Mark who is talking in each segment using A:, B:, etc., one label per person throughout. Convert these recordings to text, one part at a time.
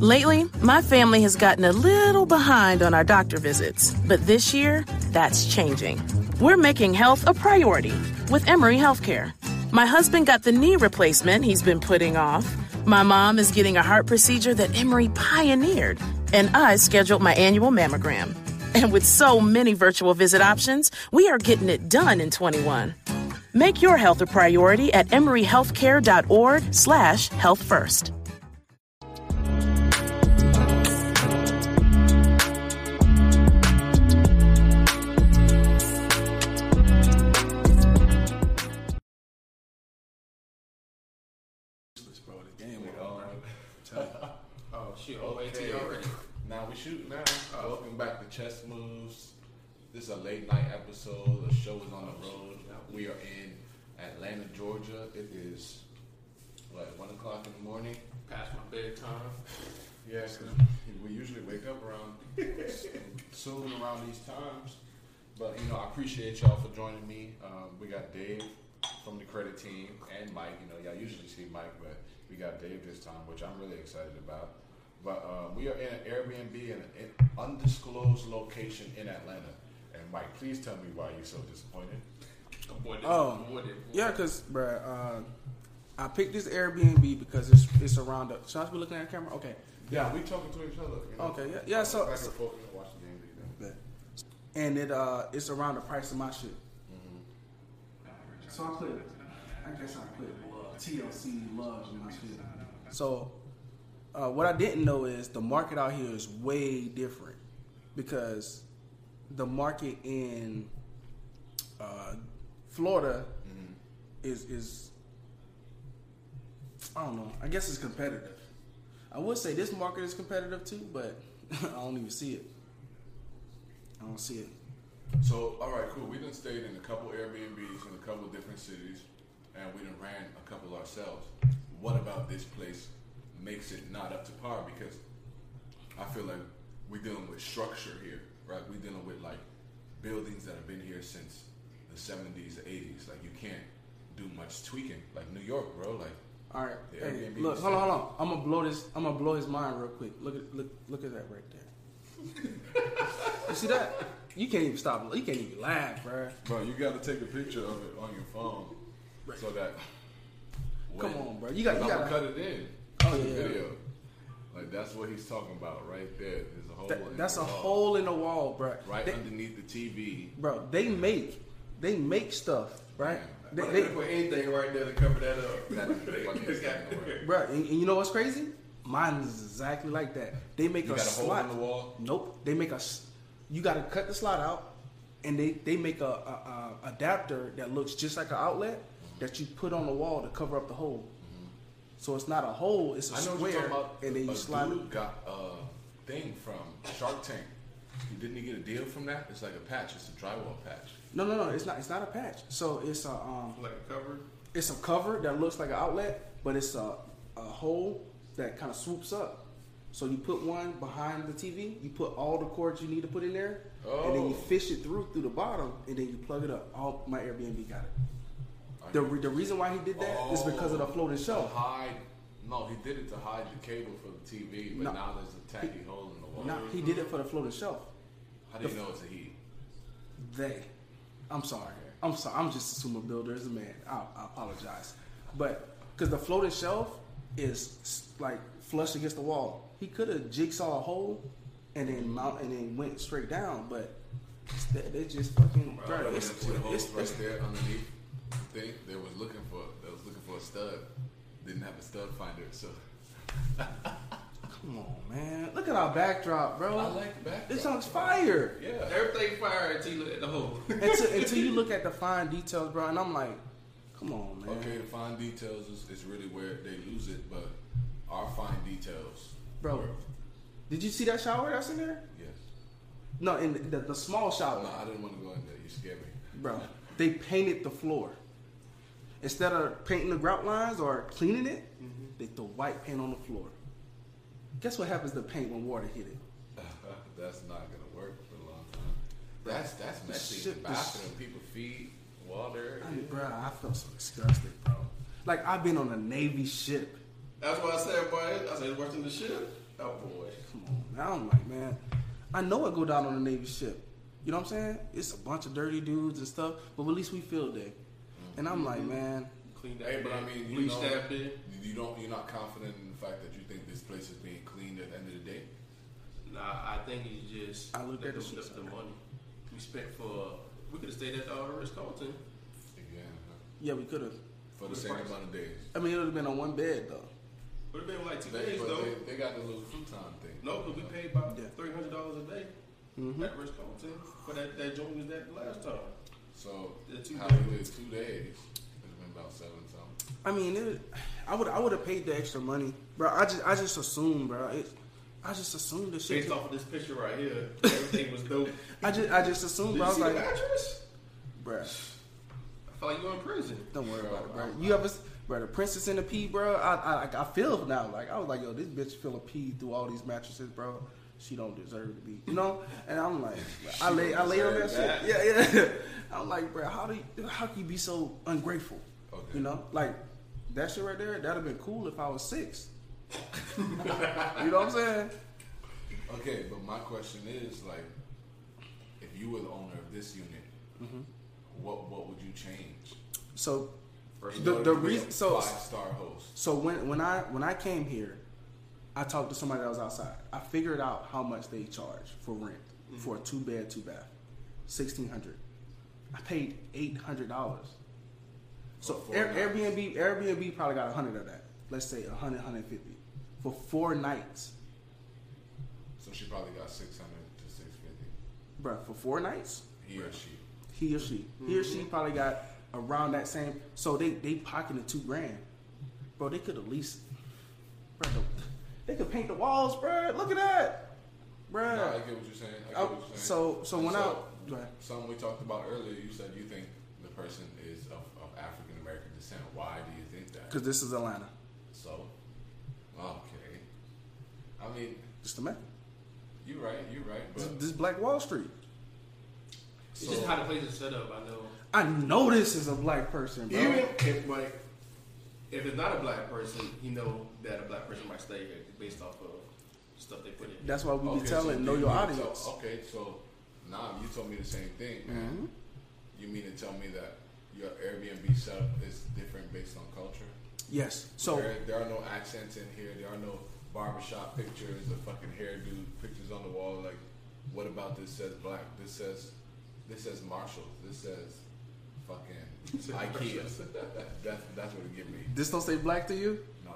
A: Lately, my family has gotten a little behind on our doctor visits, but this year, that's changing. We're making health a priority with Emory Healthcare. My husband got the knee replacement he's been putting off. My mom is getting a heart procedure that Emory pioneered, and I scheduled my annual mammogram. And with so many virtual visit options, we are getting it done in 21. Make your health a priority at emoryhealthcare.org slash health first.
B: Now we shoot now. Welcome back to Chess Moves. This is a late night episode. The show is on the road. We are in Atlanta, Georgia. It is what one o'clock in the morning.
C: past my bedtime.
B: Yeah, 'cause we usually wake up around soon around these times. But you know, I appreciate y'all for joining me. Um, we got Dave from the credit team and Mike. You know, y'all usually see Mike, but we got Dave this time, which I'm really excited about. But uh, we are in an Airbnb in an undisclosed location in Atlanta. And Mike, please tell me why you're so disappointed.
C: Oh, boy, this,
D: Oh,
C: boy, this,
D: yeah, cause bruh, uh, I picked this Airbnb because it's it's around. The, should I be looking at the camera? Okay,
B: Yeah, we talking to each other. You know?
D: okay, yeah, yeah. So,
B: Back and
D: so-
B: forth, we can watch the game. you know.
D: and it uh, it's around the price of my shit. So I put, I guess I put uh, TLC love in my shit. So, uh, what I didn't know is the market out here is way different because the market in uh, Florida is is I don't know. I guess it's competitive. I would say this market is competitive too, but I don't even see it. I don't see it.
B: So, all right, cool. We done stayed in a couple Airbnbs in a couple different cities, and we done ran a couple ourselves. What about this place makes it not up to par? Because I feel like we're dealing with structure here, right? We're dealing with like buildings that have been here since the '70s, the '80s. Like you can't do much tweaking, like New York, bro. Like
D: All right.
B: The
D: Hey,
B: Airbnb
D: look,
B: was
D: hold on,
B: set.
D: hold on. I'm gonna blow this. I'm gonna blow his mind real quick. Look at look look at that right there. you see that? You can't even stop. You can't even laugh, bruh.
B: bro, you got to take a picture of it on your phone so that.
D: Come
B: when-
D: on, bro. You got you
B: I'm gonna
D: got.
B: cut it in.
D: Oh,
B: to the
D: yeah.
B: Video. Like that's what he's talking about right there. There's a hole. in
D: That, that's
B: the
D: a
B: wall.
D: hole in the wall, bruh.
B: right
D: They-
B: underneath the TV.
D: bro. They make they make stuff, right? They,
B: They,
D: they,
B: put anything right there to cover that up. That's the funniest thing in the world.
D: bruh, and, and you know what's crazy? Mine is exactly like that. They make
B: You
D: a
B: got a hole
D: slot.
B: in the wall?
D: Nope. They make a. s- You got to cut the slot out, and they they make a, a, a adapter that looks just like an outlet that you put on the wall to cover up the hole. So it's not a hole; it's a
B: I know what you're
D: square,
B: talking about.
D: and then you
B: a
D: slide.
B: dude got a thing from Shark Tank. Didn't he get a deal from that? It's like a patch. It's a drywall patch.
D: No, no, no. It's not. It's not a patch. So it's a um,
C: like a cover.
D: it's a cover that looks like an outlet, but it's a, a hole that kind of swoops up. So you put one behind the TV, you put all the cords you need to put in there, and then you
B: Oh.
D: fish it through through the bottom, and then you plug it up. All my Airbnb got it. The, re- the reason why he did that is because of the floating
B: To
D: shelf.
B: hide. No, he did it to hide the cable for the TV, but
D: No.
B: now there's a tacky hole in the wall.
D: No, he did it for the floating shelf.
B: How do you know it's a he?
D: They, I'm sorry, I'm sorry, I'm just a sumo builder as a man. I, I apologize, but because the floating shelf is s- like flush against the wall, he could have jigsaw a hole and then mount and then went straight down, but they, they just fucking.
B: Right,
D: Bro, it's,
B: see the holes
D: it's,
B: right
D: it's-
B: there underneath the thing. They was looking for they was looking for a stud. Didn't have a stud finder, so
D: come on, man, look at our backdrop, bro.
B: I like the backdrop.
D: This sounds fire.
B: yeah.
C: Everything fire until you look at the hole.
D: until, until you look at the fine details, bro, and I'm like, come on, man.
B: Okay, the fine details is, is really where they lose it, but our fine details,
D: Bro, did you see that shower that's in there?
B: yes.
D: No, in the, the small shop,
B: No, I didn't want to go in there. You scared me.
D: bro, they painted the floor. Instead of painting the grout lines or cleaning it, they throw white paint on the floor. Guess what happens to paint when water hit it?
B: that's not gonna work for a long time. That's that's messy.
D: shit-
B: the
D: the
B: bathroom, people feed water.
D: I mean, bro, I felt so disgusted, bro. Like I've been on a Navy ship.
C: That's what I said, boy. I said, it's worse than the ship. Oh, boy.
D: Come on, now I'm like, man, I know I go down on a Navy ship. You know what I'm saying? It's a bunch of dirty dudes and stuff, but at least we filled it. And I'm like, man,
C: Clean that
B: Hey, but I
C: bed,
B: mean, you
C: bleach
B: know,
C: that bit.
B: you don't. You're not confident in the fact that you think this place is being cleaned at the end of the day.
C: Nah, I think it's just
D: I looked at
C: the,
D: the shit.
C: the, the money we spent for. We could have stayed at the uh, Ritz Carlton.
B: Again, huh?
D: yeah, we could have.
B: for the same amount of days.
D: I mean, it would have been on one bed though.
C: Would have been like two
B: They,
C: days
B: but
C: though.
B: they, they got the little two time thing.
C: no, because we paid about
D: Yeah.
C: three hundred dollars a day at Ritz Carlton for that that joint was that last time.
B: So
C: The two
B: how you live two days? It's been about seven something.
D: I mean, it, I would I would have paid the extra money, bro. I just I just assumed, bro. It, I just assumed the shit.
C: Based off of this picture right here, everything was dope.
D: I just I just assumed,
C: Did
D: bro. I
C: you
D: was
C: see the
D: like,
C: mattress?
D: bro,
C: I felt like you were in prison.
D: don't worry about it, bro. You ever, s- bro? The Princess and the Pea, bro. I I, I feel now. Like I was like, yo, this bitch feel a pee through all these mattresses, bro. She don't deserve to be, you know. And I'm like, I lay I lay on that, shit. Yeah, yeah. I'm like, bro, how do you, how can you be so ungrateful?
B: Okay.
D: You know, like that shit right there. That'd have been cool if I was six. you know what I'm saying?
B: Okay, but my question is like, if you were the owner of this unit,
C: Mm-hmm.
B: what what would you change?
D: So
B: First
D: The- the reason-
B: reason
D: so-
B: five star host.
D: So when when I when I came here, I talked to somebody that was outside. I figured out how much they charge for rent
B: Mm-hmm.
D: for a two bed two bath, sixteen hundred. I paid eight hundred dollars. So
B: For four
D: Air,
B: nights.
D: Airbnb Airbnb probably got a hundred of that. Let's say 100, 150 for four nights,
B: So she probably got six hundred to six fifty.
D: bruh, For four nights,
B: He or she.
D: he or she, he or she
B: Mm-hmm.
D: probably got around that same. So they they pocketed two grand, bro. They could at least, bro. They could paint the walls, bro. Look at that, bro.
B: No, I get what you're saying. I get
D: Oh,
B: what you're saying.
D: so- so when I- go ahead.
B: something we talked about earlier, you said you think the person is of, of African American descent. Why do you think that?
D: Because this is Atlanta.
B: So, okay. I mean,
D: Just a man.
B: you're right. You're right.
D: This,
B: But
D: this Black Wall Street.
C: It's just how the place is set up. I know.
D: I know this is a black person, bro.
C: Even if like if it's not a black person, you know that a black person might stay here based off of stuff they put in.
D: That's why we be telling
B: so
D: know
B: you
D: your
B: mean-
D: audience. Mm-hmm.
B: So, oh, okay, so nah, you told me the same thing, man. You mean to tell me that your Airbnb setup is different based on culture?
D: Yes. So
B: there, there are no accents in here. There are no barbershop pictures, the fucking hairdo pictures on the wall. Like, what about this says black? This says, this says Marshalls. This says fucking IKEA. that's that's what it give me.
D: this don't say black to you,
B: No,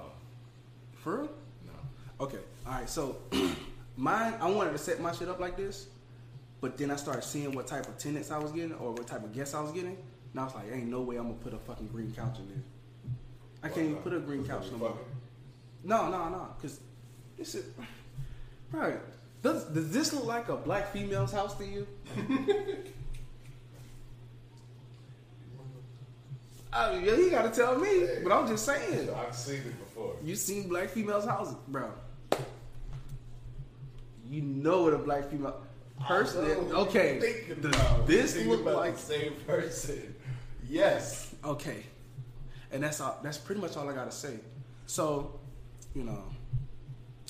D: for real?
B: no.
D: Okay. All right. So mine, I wanted to set my shit up like this, but then I started seeing what type of tenants I was getting or what type of guests I was getting, and I was like, ain't no way I'm gonna put a fucking green couch in there. I can't even put a green couch no more.
B: Fuck it.
D: No, no, no. Cause this is bro. Does, does this look like a black female's house to you? I mean, you gotta tell me. But I'm just saying.
B: I've seen it before.
D: You seen black females' houses, bro? You know what a black female person. Okay,
B: Thinking
D: does
B: about-
D: this
B: thinking
D: look
B: about
D: like
B: the same person? Yes.
D: okay? And that's all. That's pretty much all I gotta say. So, you know,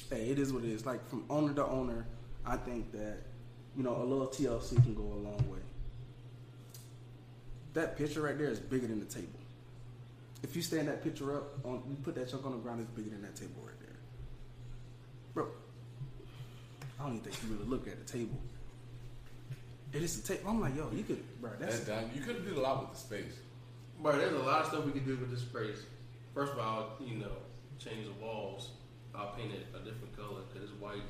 D: hey, it is what it is. Like from owner to owner, I think that you know a little TLC can go a long way. That picture right there is bigger than the table. If you stand that picture up, on you put that chunk on the ground, it's bigger than that table right there, bro. I don't even think you really look at the table. It is the table. I'm like, yo, you could, bro. That's
B: That's done. You could have did a lot with the space.
C: But there's a lot of stuff we could do with this space. First of all, you know, change the walls. I'll paint it a different color because it's white.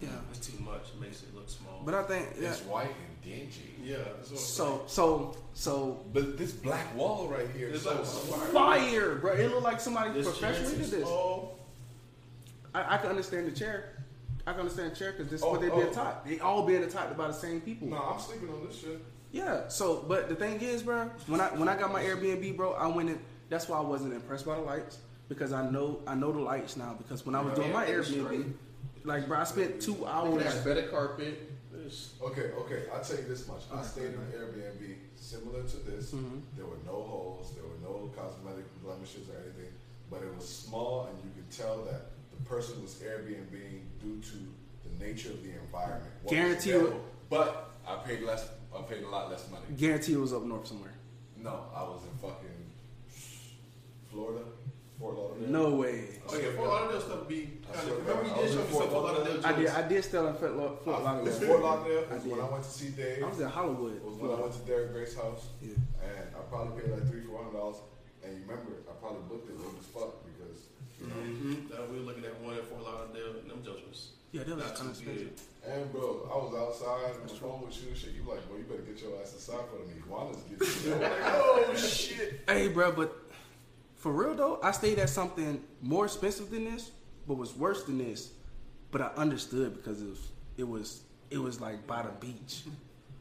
D: yeah.
C: It's too much. It makes it look small.
D: But I think yeah.
B: It's white and dingy.
C: yeah. That's what I'm
D: So so so
B: But this black wall right here
C: saying.
B: is
C: it's
B: so
C: like smart.
D: fire, bro. It looked like somebody
C: This
D: professionally
C: chance
D: did
C: is
D: this.
C: small.
D: I, I can understand the chair. I can understand chair because this is
B: Oh,
D: what they being
B: oh.
D: taught. They all being taught by the same people.
B: No, I'm sleeping on this shit.
D: Yeah. So, but the thing is, bro, when I when I got my Airbnb, bro, I went in. That's why I wasn't impressed by the lights because I know I know the lights now. Because when I was doing my
C: Yeah, that's
D: Airbnb, like, bro, I spent two
C: They
D: hours.
C: got better carpet. There's-
E: Okay, okay. I'll tell you this much. I stayed in an Airbnb similar to this.
D: Mm-hmm.
E: There were no holes. There were no cosmetic blemishes or anything. But it was small, and you could tell that the person was Airbnb due to the nature of the environment. What was
D: Guarantee you-
E: available.
B: But I paid less. I paid a lot less money.
D: Guarantee it was up north somewhere.
E: No, I was in fucking Florida, Fort Lauderdale.
D: No way.
C: Oh yeah, Fort Lauderdale stuff be
E: I
C: kind
E: swear
C: of.
E: to
C: Remember
E: God,
C: you
E: I was in
C: did show me some
E: Fort
C: Fort Lauderdale
E: Lauderdale.
D: I did.
C: joints.
D: I did stay in Fort Lau-
E: I
D: Fort
E: was,
D: Lauderdale.
E: this Fort Lauderdale
D: I
E: was when
D: did.
E: I went to see Dave.
D: I was in Hollywood.
E: It was when I went to Derek Gray's house,
D: Yeah.
E: and I probably paid like three, four hundred dollars. And you remember, I probably booked it late as fuck because you know.
C: Mhm. Now we were looking at one in Fort Lauderdale, and them judgments.
D: Yeah, that was
C: Not
D: kinda
C: too
D: expensive.
C: good.
E: And bro, I was outside on the phone with you and shit. You like, bro, you better get your ass inside for the iguanas get you. I'm like, oh shit.
D: Hey, bro, but for real though, I stayed at something more expensive than this, but was worse than this. But I understood because it was it was it was like by the beach,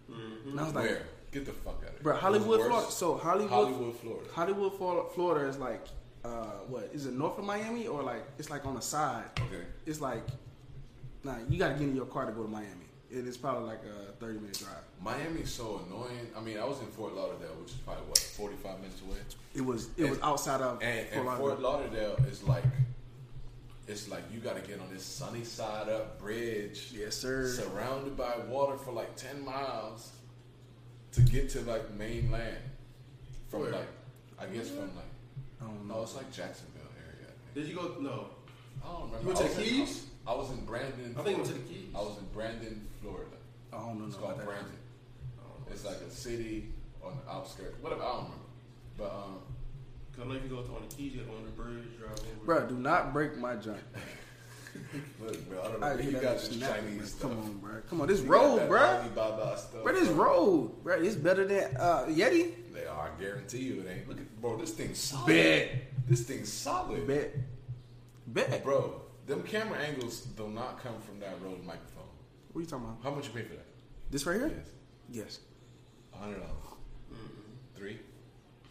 D: and I was like,
B: Mm-hmm. Where? Get the fuck out of here.
D: bro,
B: It was
D: Hollywood,
B: worse.
D: Florida. So Hollywood,
B: Hollywood, Florida.
D: Hollywood, Flor- Florida is like, uh, what is it north of Miami or like it's like on the side?
B: Okay.
D: It's like, nah, you got to get in your car to go to Miami. It is probably like a thirty minute drive.
B: Miami's so annoying. I mean, I was in Fort Lauderdale, which is probably what forty five minutes away.
D: It was it was
B: And-
D: outside of
B: And, and
D: Fort
B: Fort
D: Lauderdale.
B: Lauderdale is like, it's like you got to get on this sunny side up bridge.
D: Yes, sir.
B: Surrounded by water for like ten miles to get to like mainland. From
C: Where?
B: like, I guess from like,
D: I don't
B: no, it's like Jacksonville area. I think.
C: Did you go? No.
B: I don't remember.
C: You went to
B: I was
C: the
B: in-
C: Keys?
B: I was in Brandon.
C: I think you went to
B: Florida.
C: the Keys.
B: I was in Brandon, Florida.
D: I don't know
B: It's
D: nothing about
B: called
D: that.
B: Brandon. It's like a city on the outskirts. Whatever, I don't remember. But um,
C: Cause I know if you go to on the keys, you go on the bridge, drive over.
D: Bro, do not break my junk.
B: look, bro, I don't know.
D: I
B: you
D: hit
B: got
D: that
B: this
D: shit now.
B: Chinese stuff.
D: Come on, bro. Come on, this
B: You got
D: road,
B: that
D: bro.
B: Alibaba stuff.
D: Bro, this road, bro. It's better than uh, Yeti.
B: They are. I guarantee you it ain't. Look at, bro, this thing's solid. Bet. This thing's solid.
D: Bet, bet. Bro.
B: Bro, them camera angles do not come from that Rode microphone.
D: What are you talking about?
B: How much you pay for that?
D: This right here?
B: Yes.
D: Yes.
B: A hundred dollars. Three?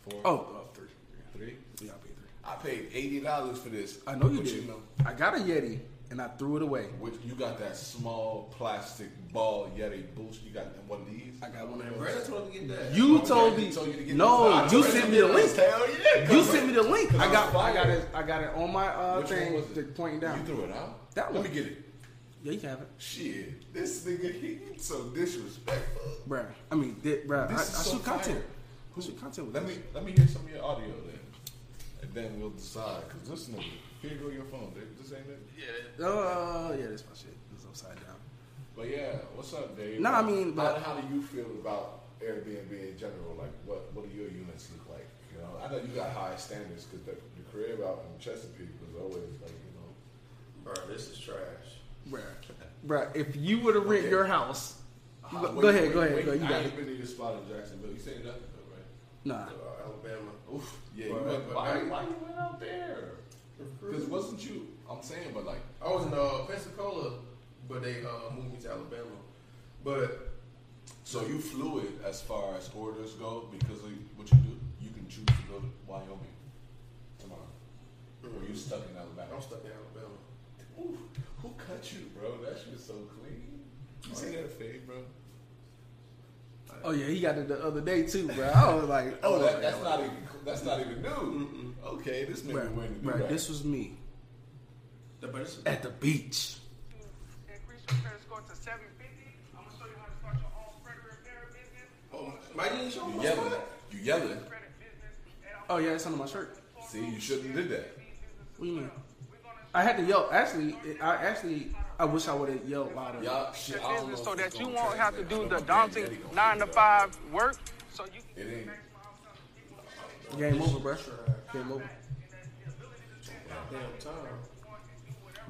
B: Four?
D: Mm-hmm. Oh, uh, three.
B: Three?
D: Yeah, I paid three.
B: I paid eighty dollars for this.
D: I know you
B: But
D: did.
B: know,
D: I got a Yeti and I threw it away.
B: Which you got that small plastic ball Yeti bullshit. You got one of these.
D: I got one of those.
C: Brandon told him to get that.
D: You
B: Oh,
D: told
B: yeah,
D: me.
B: he told you to get this.
D: no,
B: I
D: you
B: told
D: sent
B: you
D: me the
B: to
D: link.
B: get this. Hell yeah,
D: You
B: come
D: sent me the link.
B: Cause
D: I
B: I'm
D: got. I got
B: fired.
D: it. I got it on my uh,
B: Which one
D: thing.
B: was it?
D: to pointing
B: You
D: down.
B: threw it out.
D: That
B: Let
D: one.
B: me get it.
D: yeah, you can have it,
B: Shit, this nigga he so disrespectful.
D: bro. I mean, di- bro. I,
B: This
D: I
B: is so
D: shoot content.
B: fire.
D: I shoot content. With
B: Let
D: this.
B: me let me hear some of your audio then, and then we'll decide. Cause this nigga, here you go your phone. Dude. This ain't it.
D: Oh yeah, that's my shit. It's upside down.
B: But yeah, what's up, Dave?
D: No, I mean, but-
B: how, how do you feel about Airbnb in general? Like, what what do your units look like? You know, I know you got high standards because the, the crib out in Chesapeake was always like, you know,
C: Bro, this is trash.
D: Bruh. Bruh, if you were to rent
B: Okay.
D: your house, you
B: high-
D: go,
B: wait,
D: go ahead,
B: wait,
D: go ahead,
B: wait,
D: go. You
B: I
D: got
B: ain't
D: it.
B: been to your spot in Jacksonville. You stayed nothing, right?
D: Nah,
C: Uh, Alabama.
B: Oof. Yeah, you
C: Right,
B: went,
C: right,
B: why,
C: right.
B: why you went out there? Because wasn't you? I'm saying, but like,
C: I was in uh, Pensacola, but they uh, moved me to Alabama. But
B: so you flew it as far as orders go because of what you do. You can choose to go to Wyoming tomorrow, or you Mm-hmm. stuck in Alabama.
C: I'm stuck in Alabama.
B: Ooh, who cut you, bro? That shit so clean. You see that fade, bro?
D: Oh yeah, he got it the other day too, bro. I was like,
B: Oh,
D: oh,
B: that, that's not even that's not even new. Okay, this nigga
D: bruh,
B: went.
D: bruh, this was me
C: The- But it's,
D: at the beach.
F: Increase your credit score to 750. I'm gonna show you how to start your own credit repair business,
C: oh, Mike didn't show
B: you
C: me
B: yelling. You yelling.
F: credit business, and I'm
D: Oh yeah, it's under my shirt.
B: See, you shouldn't have did that.
D: What do you mean? I had to yell. Actually, it, I actually, I wish I would have yelled louder.
B: Y'all, shit, I don't know
F: business so
B: if it's
F: that you
B: gonna
F: won't have to
B: translate.
F: do
B: I know
F: the
B: my
F: daunting
B: granddaddy gonna
F: nine to
B: do that.
F: five work. So you can
B: It ain't.
D: Game over, bruh. Game over,
C: Damn time.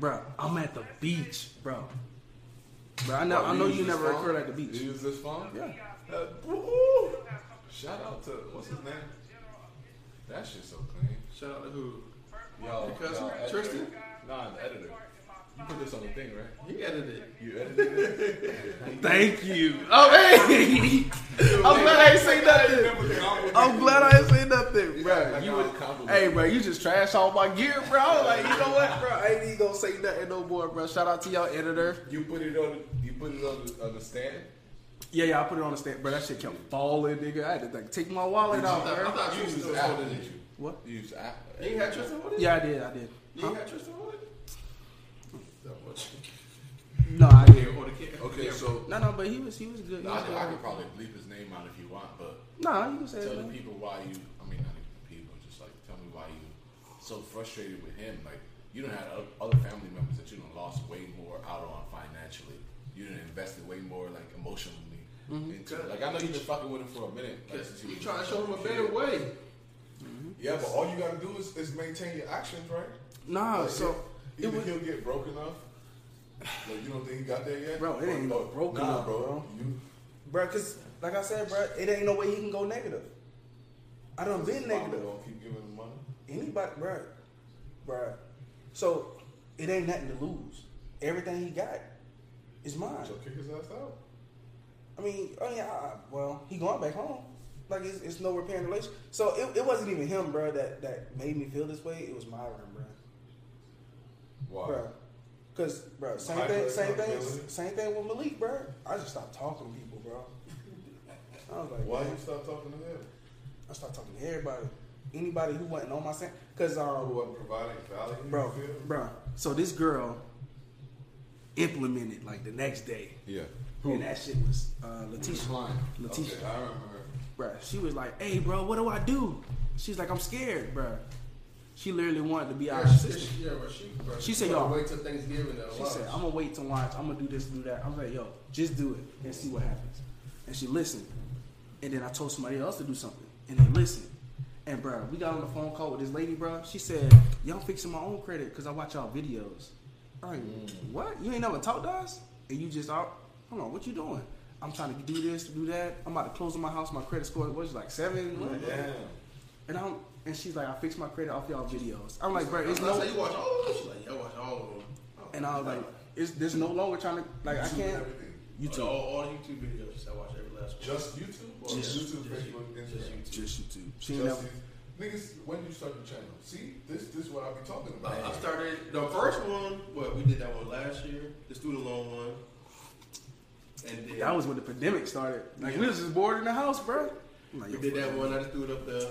D: bruh. I'm at the beach, bro. Bro, I know, I know you never occurred at the
B: You
D: beach.
B: use this phone?
D: Yeah.
B: Uh, woo! Shout out to what's his name? That shit's so clean.
C: Shout out to who?
B: Yo,
C: Because
B: yo, editor.
C: Tristan?
B: Nah, the editor. You put this on the thing, right?
C: He edited it.
B: You edited it.
D: Thank you. Oh, hey. I'm glad I ain't say nothing. I'm glad I ain't say nothing, bro. You would, hey, bro, you just trash all my gear, bro. I was Like, you know what, bro? I ain't even gonna say nothing no more, bro. Shout out to y'all editor.
B: You put it on. You put it on the, on the stand.
D: Yeah, yeah, I put it on the stand, bro. That shit kept falling, nigga. I had to like take my wallet out,
C: I
D: bro.
C: thought
B: You
C: you was
B: used
C: still
B: Apple,
C: holding
B: didn't
C: it.
B: you?
D: What?
B: You used Apple.
C: You ain't had Tristan hold it?
D: Yeah, I did. I did.
C: You ain't had Tristan hold it? That much.
D: No, I did.
C: Or the kid.
B: Okay, so
D: No, no, but he was he was good. He
B: I,
D: was
B: I can
D: good.
B: probably bleep his name out if you want, but
D: Nah, you can say
B: tell the
D: that.
B: people why you. I mean, not even the people. Just like tell me why you so frustrated with him. Like you don't have other family members that you don't lost way more out on financially. You didn't invested way more like emotionally.
E: Mm-hmm.
B: Into, it. like I know you've been fucking with him for a minute. Like, since he
C: You
B: was-
C: trying to show him a better way.
E: Yeah, but all you gotta do is, is maintain your actions, right?
D: Nah,
E: Like,
D: so
E: either
D: it was
E: he'll get broken up. Like, you don't think he got there yet,
D: Bro, it ain't
E: Or-
D: no
E: or-
D: broken
E: nah,
D: up, bro.
E: You
D: bro. Cause like I said, bro, it ain't no way he can go negative. I done been
E: negative.
D: negative.
E: Gonna keep giving him money.
D: Anybody, bro, bro. So it ain't nothing to lose. Everything he got is mine.
E: So kick his ass out.
D: I mean, I mean, I, I, well, he going back home. Like it's, it's no repairing relation. So it, it wasn't even him, bro. That that made me feel this way. It was Myron, bro.
E: Why?
D: Bro, cause bro, same
E: High
D: thing,
E: blood
D: same thing,
E: accountability.
D: same thing with Malik, bro. I just stopped talking to people, bro. I was like,
E: Why you stop talking to him?
D: I started talking to everybody, anybody who wasn't on my same. Cause
E: Who
D: um,
E: wasn't providing value? you
D: bro,
E: feel?
D: bro. So this girl implemented like the next day,
B: Yeah.
D: and that shit was uh, Letitia. Letitia,
E: Okay, I remember.
D: bruh. She was like, "Hey, bro, what do I do?" She's like, "I'm scared, bruh." She literally wanted to be our
C: Yeah, she,
D: sister.
C: yeah, but she, bro,
D: She said,
C: wanna
D: y'all-
C: wait till Thanksgiving. though.
D: She said, "I'm gonna wait to watch. I'm gonna do this, do that." I'm like, "Yo, just do it and see what happens." And she listened. And then I told somebody else to do something, and they listened. And bro, we got on the phone call with this lady, bro. She said, "Y'all fixing my own credit because I watch y'all videos." I'm like, "What? You ain't never talked to us, and you just out? Hold on, what you doing?" I'm trying to do this, do that. I'm about to close on my house. My credit score was like seven. What? And I'm and she's like, I fixed my credit off y'all videos. I'm like, bro, it's
C: I
D: no.
C: said, you watch all of them? She's like, yeah, I watch all of them.
D: And I was like, it's there's no longer trying to like I can't.
E: Everything.
C: YouTube. All, all the YouTube videos. She said, I watch every last one.
E: Just YouTube or YouTube, Facebook, Instagram.
D: Just YouTube. She ain't
E: Just
D: never.
E: YouTube. Niggas, when you start the channel, see this this is what I be talking about.
C: I started the first one. What we did that one last year, the student loan one, and then
D: That was when the pandemic started. Like we was just bored in the house, bro. I'm like,
C: we
D: yo,
C: did that
D: fuck
C: one. I just threw it up there.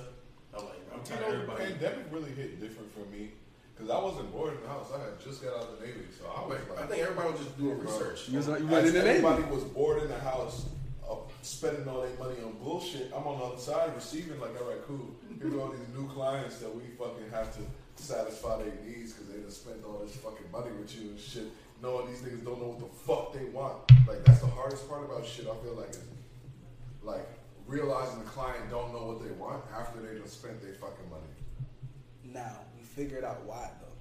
C: I'm like, I'm
E: You
C: tired of
E: know, the
C: everybody.
E: pandemic really hit different for me because I wasn't bored in the house. I had just got out of the Navy, so I was like,
C: I think everybody was just doing research.
D: it. You was like, you
E: As
D: wasn't in the
E: everybody
D: Navy.
E: was bored in the house, uh, spending all their money on bullshit. I'm on the other side receiving like, all right, cool. Here's all these new clients that we fucking have to satisfy their needs because they done spent all this fucking money with you and shit. Knowing these niggas don't know what the fuck they want. Like that's the hardest part about shit. I feel like is like realizing the client don't know what they want after they done spent their fucking money
D: Now we figured out why though.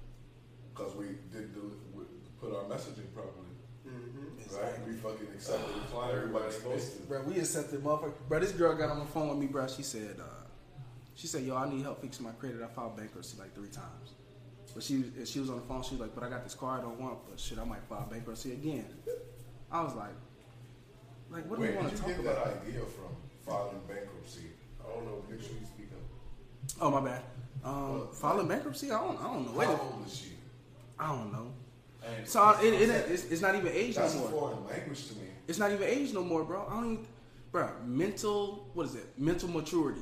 E: because we didn't do we put our messaging properly. Right?
D: Exactly.
E: We fucking accepted the client. Everybody's supposed to.
D: Bro, we accepted motherfucker. Bro, this girl got on the phone with me, bro. She said, uh, she said, yo, I need help fixing my credit. I filed bankruptcy like three times. But she and she was on the phone. She was like, but I got this car I don't want. But shit, I might file bankruptcy again. I was like, like what do
E: Where
D: you
E: did
D: want to
E: you
D: talk
E: get
D: about?
E: that idea from? Filing bankruptcy. I don't know. Make sure you speak up.
D: Oh my bad. Um, filing bankruptcy? I don't. I don't know. Wait,
E: How
D: a-
E: old is she?
D: I don't know. So I, it, it, it's, it's not even age no
E: That's a
D: more.
E: foreign language to me.
D: It's not even age no more, bro. I don't even, bro. Mental, what is it? Mental maturity.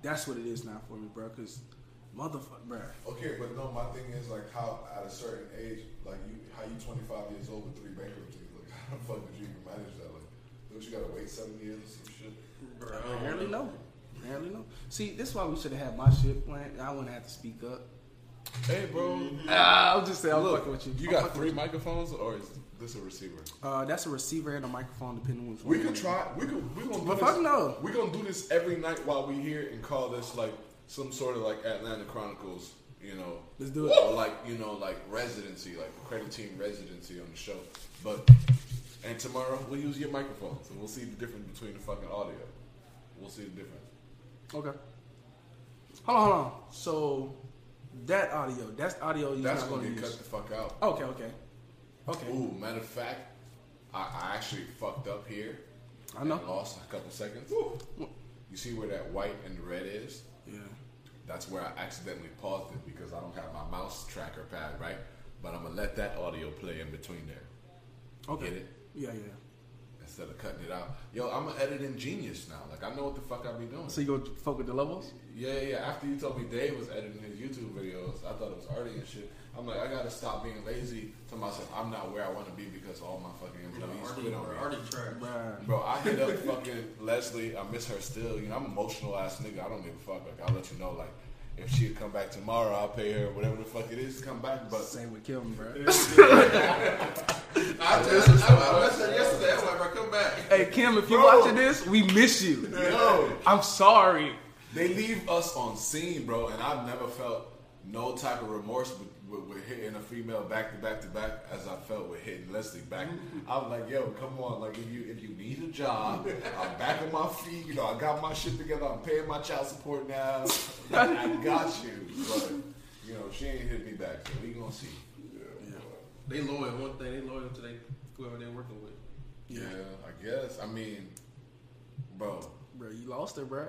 D: That's what it is now for me, bro. Cause motherfucker, bro.
E: Okay, but no, my thing is like how at a certain age, like you, how you 25 years old with three bankruptcies. Like how the fuck did you even manage that? Like, don't you gotta wait seven years or some shit?
C: Bro, I don't
D: Apparently
C: wanna-
D: no. Apparently no. See, this is why we should have had my shit planned. I wouldn't have to speak up.
B: Hey, bro.
D: Ah, I'm just saying. I'm fucking with you.
B: You
D: I'm
B: got
D: fucking
B: three
D: with
B: microphones, or is this a receiver?
D: you. Uh, that's a receiver and a microphone, depending on which
B: We
D: one.
B: could try. We could. We gonna.
D: But
B: do
D: fuck
B: this-
D: no.
B: We gonna do this every night while we here and call this like some sort of like Atlanta Chronicles. You know.
D: Let's do it.
B: Or like you know like residency, like credit team residency on the show. But and tomorrow we'll use your microphones and we'll see the difference between the fucking audio. We'll see the difference.
D: Okay. Hold on, hold on. So, That audio. That's audio you're
B: That's
D: not
B: gonna
D: going
B: get cut
D: to use.
B: the fuck out.
D: Okay, okay. Okay.
B: Ooh, matter of fact, I, I actually fucked up here.
D: I know.
B: And lost a couple seconds. You see where that white and red is?
D: Yeah.
B: That's where I accidentally paused it because I don't have my mouse tracker pad, right? But I'm gonna let that audio play in between there
D: Okay.
B: Get it?
D: Yeah, yeah.
B: instead of cutting it out. Yo, I'm an editing genius now. Like I know what the fuck I be doing.
D: So you go fuck with the levels?
B: yeah, yeah. After you told me Dave was editing his YouTube videos, I thought it was arty and shit. I'm like, I gotta stop being lazy to myself. I'm not where I want to be because all my fucking employees
C: Already,
B: quit on me.
C: already trash.
D: Right.
B: Bro, I hit up fucking Leslie. I miss her still. You know, I'm an emotional ass nigga. I don't give a fuck. Like, I'll let you know, like, if she come back tomorrow, I'll pay her whatever the fuck it is to come back. But
D: Same with Kim, bro.
C: I just, I, I, I said yesterday, I'm like, bro, come back.
D: Hey, Kim, if you're
B: Bro.
D: watching this, we miss you.
B: yo,
D: I'm sorry.
B: they leave us on scene, bro, and I've never felt no type of remorse with, with, with hitting a female back to back to back as I felt with hitting Leslie back.
D: Mm-hmm.
B: I was like, yo, come on, like if you if you need a job, I'm back on my feet. You know, I got my shit together. I'm paying my child support now. Like, I got you, but you know she ain't hit me back, so we gonna see.
C: They loyal. One thing, they loyal to they, whoever they're working with.
B: Yeah, I guess. I mean, bro,
D: Bro, you lost her, bro.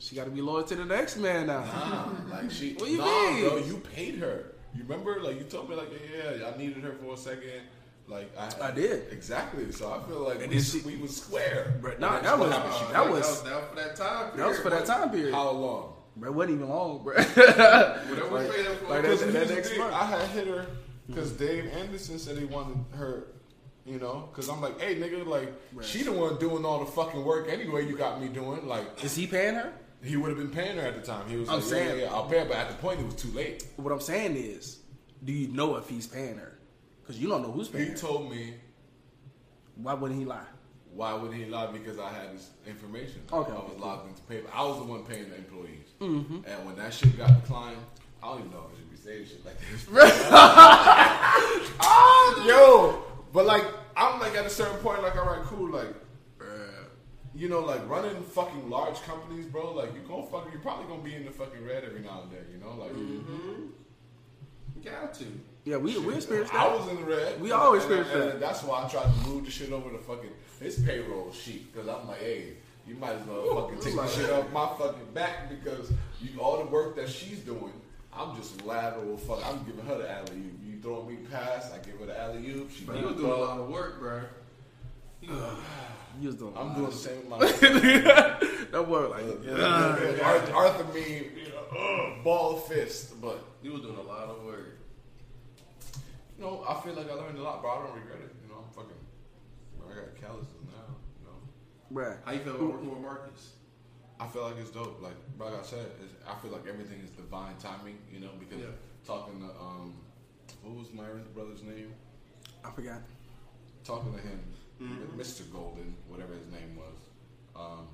D: She got to be loyal to the next man now.
B: Nah, like she.
D: What you
B: nah,
D: mean?
B: bro, you paid her. You remember? Like you told me, like yeah, yeah, I needed her for a second. Like I,
D: I did.
B: exactly. So I feel like
D: And
B: we,
D: then she-
B: we was square.
D: Bro, nah, that was,
C: Uh,
D: that was
C: that was for that time period.
D: that was for that time period.
B: How long?
D: Bro, it wasn't even long, bro. like,
C: Whatever we paid them for.
D: like
B: Because
D: that, that
B: here's the
D: next
B: thing,
D: month.
B: I had hit her because Dave Anderson said he wanted her. You know, because I'm like, hey, nigga, like she the one doing all the fucking work anyway. You got me doing like
D: Is he paying her?
B: he would have been paying her at the time. He was
D: I'm
B: like, yeah,
D: saying-
B: yeah, yeah, I'll pay her, but at the point it was too late.
D: What I'm saying is, do you know if he's paying her? Because you don't know who's
B: He
D: paying her.
B: told me
D: Why wouldn't he lie?
B: Why would he lie? Because I had his information.
D: Okay. Mm-hmm.
B: I was logged into paper. I was the one paying the employees. And when that shit got declined, I don't even know if I should be saying shit like this. oh, yo! But like, I'm like at a certain point, like, all right, cool, like, uh, you know, like running fucking large companies, bro. Like, you gonna fucking, you're probably gonna be in the fucking red every now and then, you know, like.
D: Mm-hmm.
C: You got to.
D: Yeah, we, we experienced that.
B: I was in the red.
D: We always
B: And- and
D: experience that.
B: That's why I tried to move the shit over to fucking his payroll sheet because I'm like, hey, you might as well fucking take the shit off my fucking back because you, all the work that she's doing, I'm just lateral. Fuck, I'm giving her the alley oop. You throw me pass, I give her the alley oop. She
C: But he was doing a lot of work, bro. He was-
D: You was doing
B: I'm doing the same with my
D: that word like
B: Arthur, Arthur me you know, ugh, ball fist, but
C: He was doing a lot of work.
B: you know, I feel like I learned a lot, bro. I don't regret it. You know, I'm fucking, I got calluses now. You know.
D: bruh.
C: How you feel about working with Marcus?
B: I feel like it's dope. Like like I said, it's, I feel like everything is divine timing. You know, because
C: Yeah.
B: talking to um, what was Myron's brother's name?
D: I forgot.
B: Talking to him, Mr. Golden, whatever his name was. Um,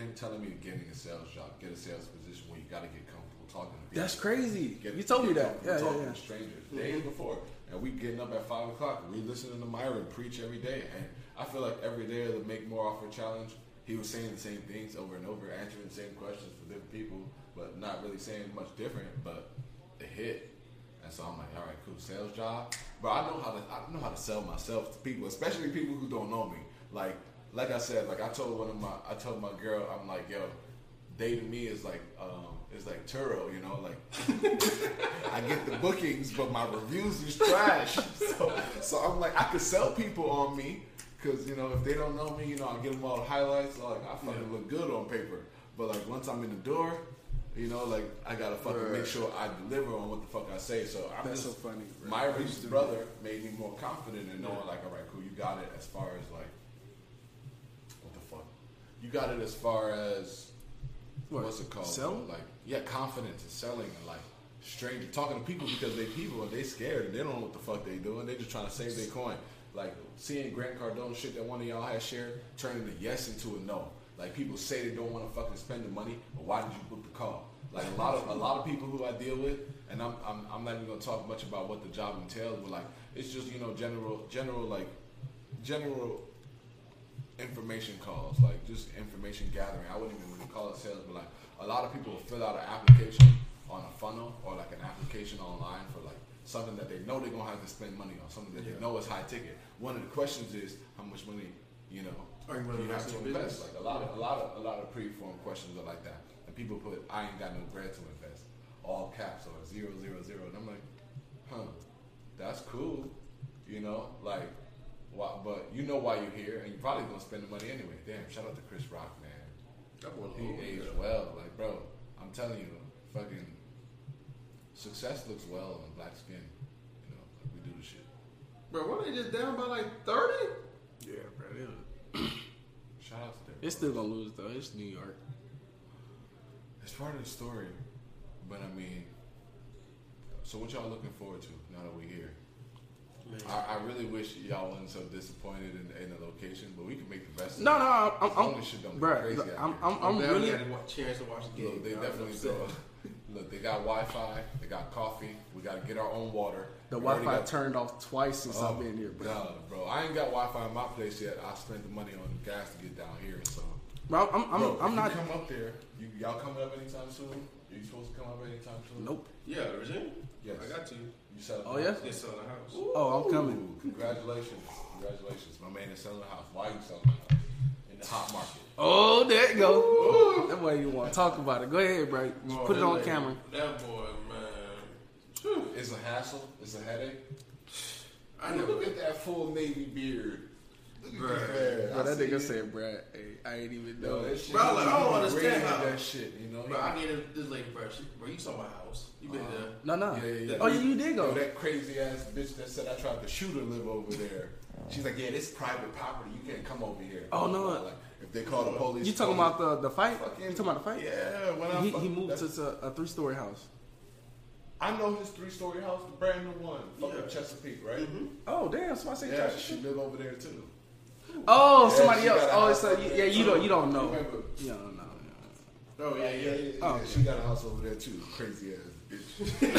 B: him telling me to get in a sales job, get a sales position where you got to get comfortable talking to people.
D: That's crazy.
B: Get-
D: You told me
B: get
D: that.
B: comfortable
D: Yeah, yeah,
B: talking
D: yeah.
B: to strangers days before, and we getting up at five o'clock. We listening to Myron preach every day, and I feel like every day of the Make More Offer Challenge, he was saying the same things over and over, answering the same questions for different people, but not really saying much different. But it hit, and so I'm like, all right, cool, sales job. But I know how to I know how to sell myself to people, especially people who don't know me. Like like I said, like I told one of my I told my girl, I'm like, yo. Dating me is like um, is like Turo, you know, like I get the bookings, but my reviews is trash. So, so I'm like, I could sell people on me because you know if they don't know me, you know I give them all the highlights. Like I fucking look good on paper, but like once I'm in the door, you know, like I gotta fucking make sure I deliver on what the fuck I say. So I'm
D: That's
B: just
D: so funny, bro.
B: My rich brother made me more confident in knowing like, all right, cool, you got it. As far as like, what the fuck, you got it. As far as
D: What?
B: what's it called?
D: Selling?
B: Like, yeah, confidence and selling and like stranger talking to people because they people and they scared and they don't know what the fuck they doing. They just trying to save their coin. Like seeing Grant Cardone shit that one of y'all had shared, turning the yes into a no. Like people say they don't want to fucking spend the money, but why did you book the call? Like a lot of a lot of people who I deal with, and I'm I'm, I'm not even gonna talk much about what the job entails, but like it's just you know general general like general information calls, like just information gathering. I wouldn't even really call it sales, but like a lot of people will fill out an application on a funnel or like an application online for like something that they know they're gonna have to spend money on, something that they know is high ticket. One of the questions is how much money you know
C: Are you gonna
B: you have
C: invest
B: to
C: in
B: invest.
C: business?
B: Like a lot of a lot of a lot of pre-formed questions are like that, and people put I ain't got no bread to invest, all caps or zero zero zero, and I'm like, huh, that's cool, you know, like. Why, but you know why you're here, and you're probably gonna spend the money anyway. Damn! Shout out to Chris Rock, man.
C: That boy
B: He
D: Oh,
C: old,
B: aged
C: yeah.
B: well. Like, bro, I'm telling you, fucking success looks well on black skin. You know, like we do the shit.
C: Bro, weren't they just down by like 30?
D: Yeah, bro. they-
B: Shout out to them.
D: It's still gonna lose though. It's New York.
B: It's part of the story, but I mean, so what y'all looking forward to now that we're here? I, I really wish y'all wasn't so disappointed in, in the location, but we can make the best.
D: No,
B: of
D: no,
B: it.
D: I'm, I'm,
B: As long
D: I'm
B: as shit don't get
D: bruh,
B: crazy out
D: I'm,
B: here.
D: I'm, I'm
C: glad we
D: really,
C: got a wa- chance to watch the game.
B: Look, they
C: bro.
B: definitely
C: I'm upset.
B: throw. Look, they got Wi-Fi. They got coffee. We got to get our own water.
D: the
B: We already
D: Wi-Fi
B: got-
D: turned off twice since
B: Oh.
D: I've been here, bro.
B: Nah, bro, I ain't got Wi-Fi in my place yet. I spent the money on gas to get down here, so.
D: Bro, I'm, I'm,
B: Bro, if
D: I'm
B: you
D: not.
B: come up there. You, y'all coming up anytime soon? You supposed to come up anytime soon?
D: Nope.
C: Yeah, Virginia?
B: Yes.
C: I got you.
B: You selling?
D: Oh
B: the
D: yeah.
B: house?
C: It's selling the house.
D: Oh, I'm coming.
B: Ooh, congratulations, congratulations, my man is selling the house. Why you selling the house in the hot market?
D: Oh, there you go. That way you want to talk about it. Go ahead, bro. Just put it on
C: That-
D: camera.
C: That boy, man. Phew.
B: It's a hassle. It's a headache.
C: I
B: Look
C: know.
B: at that full navy beard. Look at
C: Bruh.
B: that.
D: Bro, that nigga said, bro, hey, I ain't even
B: Yo,
D: know.
B: that shit-
C: Bro, like, I don't understand
B: Red,
C: how-
B: that shit. You know,
C: Bro, I gave this lady, bro, she, bro, you saw my house. You been there.
D: No, no.
B: Yeah, yeah, yeah.
D: Oh, yeah, you did go.
B: Yo, that crazy ass bitch that said I tried to shoot her live over there. She's like, yeah, this is private property. You can't come over here.
D: Oh, no.
B: Like, if they call the police,
D: You talking about the the fight?
B: Fucking-
D: You talking about the fight?
B: Yeah, when I
D: He,
B: fuck-
D: he moved
B: that's-
D: to, to a three story house.
B: I know his three story house, the brand new one, fucking
C: Yeah.
B: Chesapeake, right?
D: Oh damn! So I say,
B: Yeah,
D: Josh-
B: she live over there too.
D: oh
B: Yeah,
D: somebody
B: she
D: else.
B: got a
D: Oh,
B: house
D: it's a,
B: over
D: yeah.
B: there,
D: You
B: too.
D: don't you don't know.
B: Remember?
D: You don't know.
C: Oh, yeah, yeah. yeah.
B: Oh, she got a house over there too. Crazy ass bitch.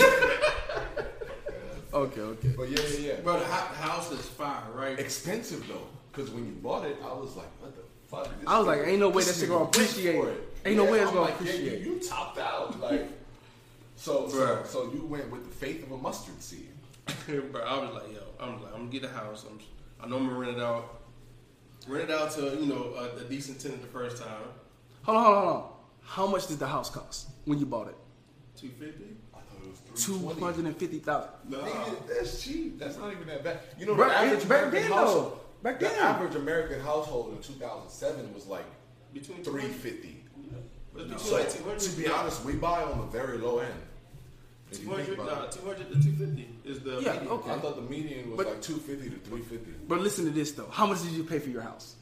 D: Okay, okay.
B: But yeah, yeah, yeah.
C: Bro, the hou- the house is fire, right?
B: expensive though, because when you bought it, I was like, what the fuck? Is this
D: I was like, ain't no way
B: This
D: that shit
B: nigga
D: gonna
B: rich
D: appreciate
B: for
D: it. Ain't no way it's
B: I'm
D: gonna
B: like, yeah,
D: appreciate
B: you, you topped out, like. So, so,
C: Bruh.
B: so you went with the faith of a mustard seed.
C: bro, I was like, yo, I'm like, I'm gonna get a house. I'm, I know I'm gonna rent it out, rent it out to you know a, a decent tenant the first time,
D: Hold on, hold on, hold on. How much did the house cost when you bought it?
C: two fifty.
B: I thought it was
D: Two
B: 320.
D: hundred and fifty thousand.
B: Nigga, that's cheap. That's not even that bad. You know,
D: Bruh,
B: the average
D: it- back
B: American
D: then,
B: household,
D: though. Back
B: the
D: then.
B: average American household in 2007 was like
C: Between
B: 350.
C: But between
B: So,
C: like
B: to
C: 200,
B: be honest, we buy on the very low end. If you think
C: 200,
B: about
C: nah,
B: it.
C: 200 to 250 is the
D: Yeah,
C: median.
D: okay.
B: I thought the median was
D: But-
B: like 250 to 350.
D: But listen to this though. How much did you pay for your house,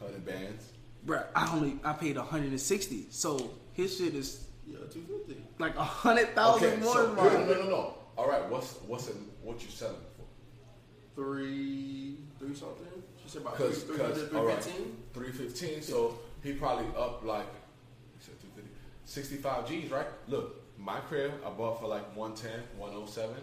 B: 100 bands.
D: Bruh, I only I paid one hundred and sixty. So his shit is
C: Yeah, 250.
D: like a hundred thousand Oh, more
B: so-
D: than
B: no, no,
D: mine.
B: no, no, no. All right, what's what's in, what you selling for?
C: Three, three something. She said about three,
B: Because
C: 300,
B: all right,
C: 315.
B: three fifteen. So he probably up like he said 250, 65 G's, right? Look, my crib I bought for like 110, 107.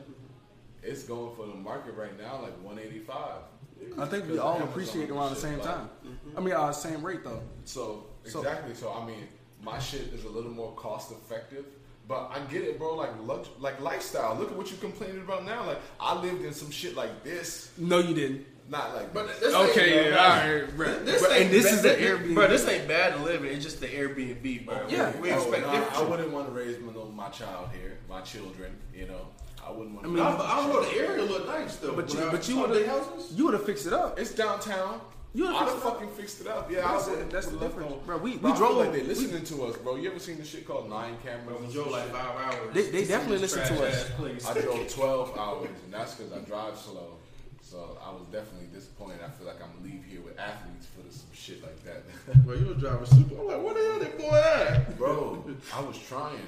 B: It's going for the market right now like 185.
D: I think we
B: Because
D: all
B: Amazon
D: appreciate around the
B: shit,
D: same
B: like-
D: time.
B: Mm-hmm.
D: I mean, uh, same rate though.
B: So
D: So-
B: exactly. So, I mean, my shit is a little more cost effective. But I get it, bro. Like lux- like lifestyle. Look at what you complaining about now. Like I lived in some shit like this,
D: No, you didn't.
B: not like
C: But
B: this.
C: this ain't,
D: Okay,
C: bro,
D: all right, bro.
C: This
D: Bro,
C: ain't
D: and this
C: bad-
D: is the Airbnb.
C: Bro, this ain't bad to live in. It's just the Airbnb, bro.
D: Yeah.
C: we, we
B: Oh,
C: expect
B: no,
C: different.
B: I wouldn't want to raise my, little- my child here, my children. You know, I wouldn't want.
D: I
B: to
D: mean,
C: I, I don't know. The area look nice though.
D: But you,
C: When I
D: but you
C: saw
D: would
C: big
D: have,
C: houses.
D: you would have fixed it up.
B: it's downtown.
D: You
B: You
D: done
B: I
D: fixed
B: done
D: it up.
B: fucking fixed it up. Yeah, I
D: That's it.
B: would've-
D: That's the
B: would've
D: difference.
B: left on-
D: Bro, we- we
B: I feel
D: drove-
B: Like they
D: we-
B: listening to us, bro. You ever seen this shit called nine cameras?
C: We
B: and
C: drove
B: some
C: like
B: shit?
C: five hours.
D: They- they
C: to see
D: definitely
C: this
D: listen to
C: trash
D: us.
C: ass place.
B: I drove 12 hours, and that's because I drive slow. So I was definitely disappointed. I feel like I'm gonna leave here with athletes for some shit like that,
C: Bro, you were driving super. I'm like, where the hell that boy at?
B: bro. I was trying.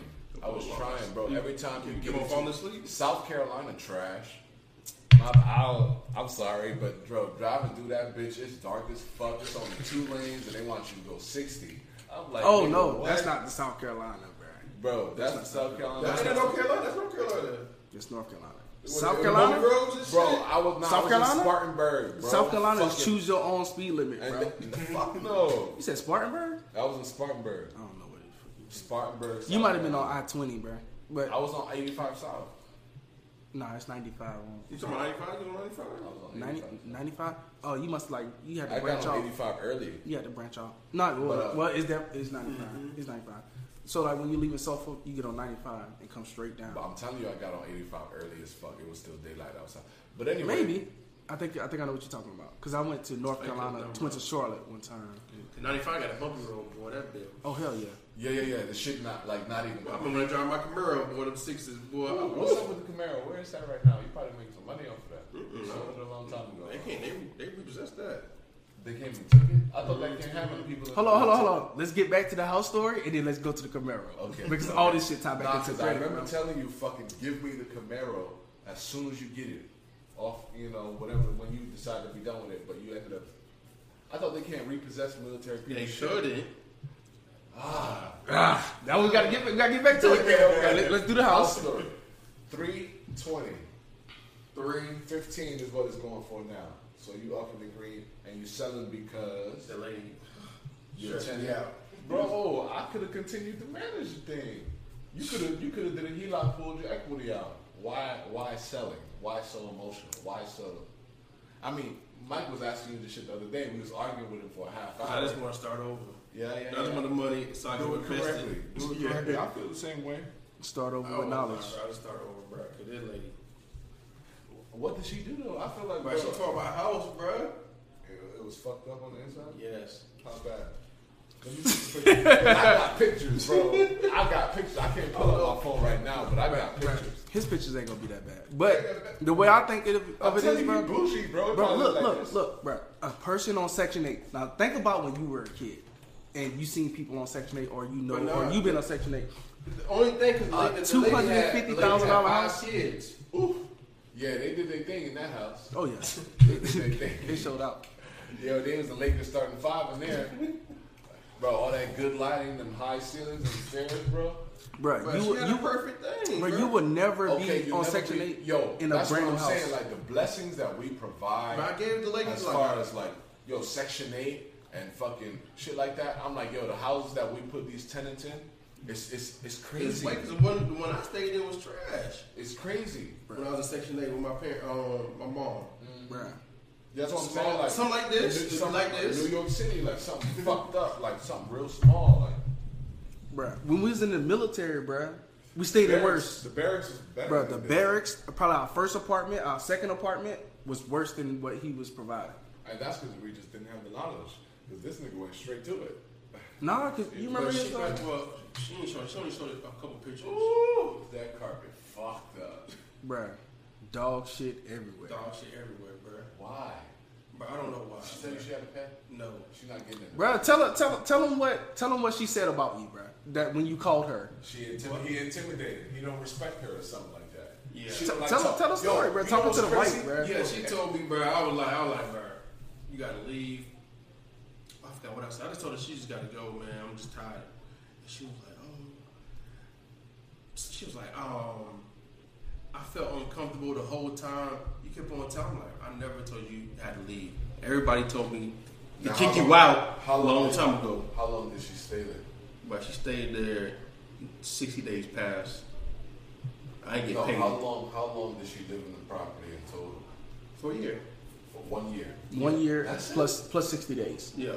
B: I was trying, bro. Every time
C: you
B: you,
C: give
B: get
C: up
B: into-
C: on the sleep?
B: South Carolina trash. My, I'll, I'm sorry, but bro, driving through that bitch, it's dark as fuck. It's only two lanes, and they want you to go 60. I'm like,
D: Oh
B: nigga,
D: no,
B: what?
D: that's not the South Carolina, bro.
B: bro. That's, not South Carolina.
C: That's in North Carolina. That's North Carolina.
D: It's North Carolina.
C: Was
D: South
C: it
D: Carolina,
C: Roman roads and shit?
B: Bro, I was not.
D: South
B: I was in
D: Carolina?
B: Spartanburg. Bro.
D: South Carolina is
B: Fucking-
D: choose your own speed limit,
B: And
D: bro.
B: th- fuck no.
D: You said Spartanburg?
B: I was in Spartanburg.
D: I don't know what it fucking
B: Spartanburg.
D: You might have been on
B: South
D: I twenty, bro. But
B: Carolina. I was on 85 South.
D: nah, it's ninety five.
C: You talking about 95? You on 95?
B: I was on
D: 90,
B: 85.
D: 95? Oh, you must like you had to
B: I
D: branch
B: got on
D: off.
B: 85 earlier.
D: You had to branch off. Not well.
B: But, uh, Mm-hmm.
D: well, it's that it's ninety It's ninety five. So like when you leave in Suffolk, you get on ninety five and come straight down.
B: But I'm telling you, I got on 85 early as fuck. It was still daylight outside. But anyway,
D: Maybe. I think I think I know what you're talking about. Cause I went to North
C: Like,
D: Carolina,
C: um,
D: went to Charlotte one time.
C: 95 got a bumpy road, boy. That bill.
D: Oh hell yeah!
B: Yeah, yeah, yeah. The shit not like not even.
C: I remember when I drive my Camaro, boy, them sixes, boy. I-
B: What's up with the Camaro? Where is that right now? You probably making some money off of that. You sold it a long time ago.
C: They can't. They, they repossessed that.
B: They came and took it. I thought that can't happen. People.
D: Hold on, hold on, hold on. Let's get back to the house story and then let's go to the Camaro.
B: Okay.
D: Because all this shit tie back
B: Nah,
D: into
B: 'cause I
D: credit.
B: remember
D: bro.
B: telling you, fucking give me the Camaro as soon as you get it off, you know, whatever when you decide to be done with it. But you ended up. I thought they can't repossess military people.
C: They
B: shit.
C: shouldn't.
D: Now we gotta get we gotta get back to it.
B: Okay, okay.
D: Let, us do the house.
B: story. Three twenty. Three fifteen is what it's going for now. So you up in the green and you selling because
C: The lady.
B: you're ten out. Bro, I could have continued the manage thing. You could have you could have did a HELOC, pulled your equity out. Why why selling? Why so emotional? Why so? I mean, Mike was asking you this shit the other day. We was arguing with him for a half hour.
C: I just want to start over.
B: Yeah, yeah,
C: I just
B: yeah.
C: want the money so I can
B: do it
C: invest
B: correctly.
C: it.
B: Do it
C: Yeah.
B: correctly. I feel the same way.
D: Start over
C: I
D: with
B: Oh,
C: don't know,
D: knowledge.
C: bro. I just start over, bro. Cause this lady.
B: What did she do though? I feel like
C: Bro, she
B: bro,
C: tore my house, bro.
B: it, it was fucked up on the inside.
C: Yes.
B: How bad? Let me see the pictures. I got pictures, bro. I got pictures. I can't pull up my phone right now, but I got pictures.
D: His pictures ain't gonna be that bad. But the way I think it,
B: I'm
D: of it
B: telling
D: is,
B: you,
D: bro.
B: bougie, bro. It
D: Bro,
B: probably
D: look,
B: like
D: look,
B: this.
D: look, bro. A person on Section Eight. Now think about when you were a kid and you seen people on Section Eight, or you know,
C: But no,
D: or you been on Section Eight.
C: The only thing is,
D: Uh, $250,000 house?
C: kids.
B: Oof. Yeah, they did their thing in that house.
D: Oh yes,
B: They did their
D: they
B: thing.
D: showed out.
B: Yo, they was the Lakers starting five in there. Bro, all that good lighting, them high ceilings and stairs, bro.
D: Bro,
C: Bro,
D: you
C: she
D: would-
C: had
D: you
C: a perfect thing.
D: Bro,
C: bro.
D: you would never
B: Okay,
D: be
B: you
D: on
B: never
D: Section
B: be-
D: Eight
B: yo,
D: in a
B: that's
D: brand
B: what
D: new
B: I'm
D: house.
B: saying. Like the blessings that we provide.
C: But I gave the Lakers
B: as
C: like-
B: far as like yo Section Eight and fucking shit like that. I'm like yo, the houses that we put these tenants in, it's it's it's
C: It's
B: crazy.
C: like 'cause the one, the one I stayed in was trash.
B: It's crazy.
C: When I was in Section 8 with my parent, um, my mom.
D: Bruh.
B: That's what I'm
C: Small-
B: saying. Like
C: something like this,
B: New-
C: like this.
B: New York City, like something fucked up, like something real small. Like
D: Bruh. When we was in the military, bruh, we stayed in worse.
B: The barracks is better.
D: Bruh,
B: than
D: the
B: this.
D: barracks, probably our first apartment, our second apartment was worse than what he was providing.
B: And that's because we just didn't have the knowledge. Because this nigga went straight to it.
D: Nah, cause you remember
C: But
D: his
C: she,
D: like,
C: well, she only showed, she only showed a couple pictures.
B: Ooh, that carpet fucked up.
D: bruh, dog shit everywhere.
C: Dog shit everywhere, bro.
B: Why?
C: But I don't know why.
B: She said
C: bruh.
B: she had a pet.
C: no.
B: She's not getting it.
D: Bruh, tell her, tell tell him what, tell him what she said about you, bruh. That when you called her,
B: She intim- he intimidated. He don't respect her or something like that.
C: Yeah.
B: She
C: T-
B: don't
D: tell-
B: talk-
D: tell the
B: Yo,
D: story, bro.
B: you
D: Talk
B: know
D: it to the
B: what's
D: mic,
B: crazy?
D: bro.
C: Yeah, she told me, bro. I was like, I was like, bro, you gotta leave. I forgot what I said. I just told her she just gotta go, man. I'm just tired. And she was like, oh. She was like, um, I felt uncomfortable the whole time. You kept on telling me, like, I never told you you had to leave. Everybody told me to
B: Now,
C: kick
B: how
C: you
B: long-
C: out
B: how
C: a long
B: did-
C: time ago.
B: How long did she stay there?
C: But she stayed there 60 days past. I ain't get
B: No,
C: paid
B: Oh, how long? How long did she live in the property in total?
C: for a year.
B: For one year.
D: one year
B: That's it.
D: plus plus sixty days.
C: Yeah.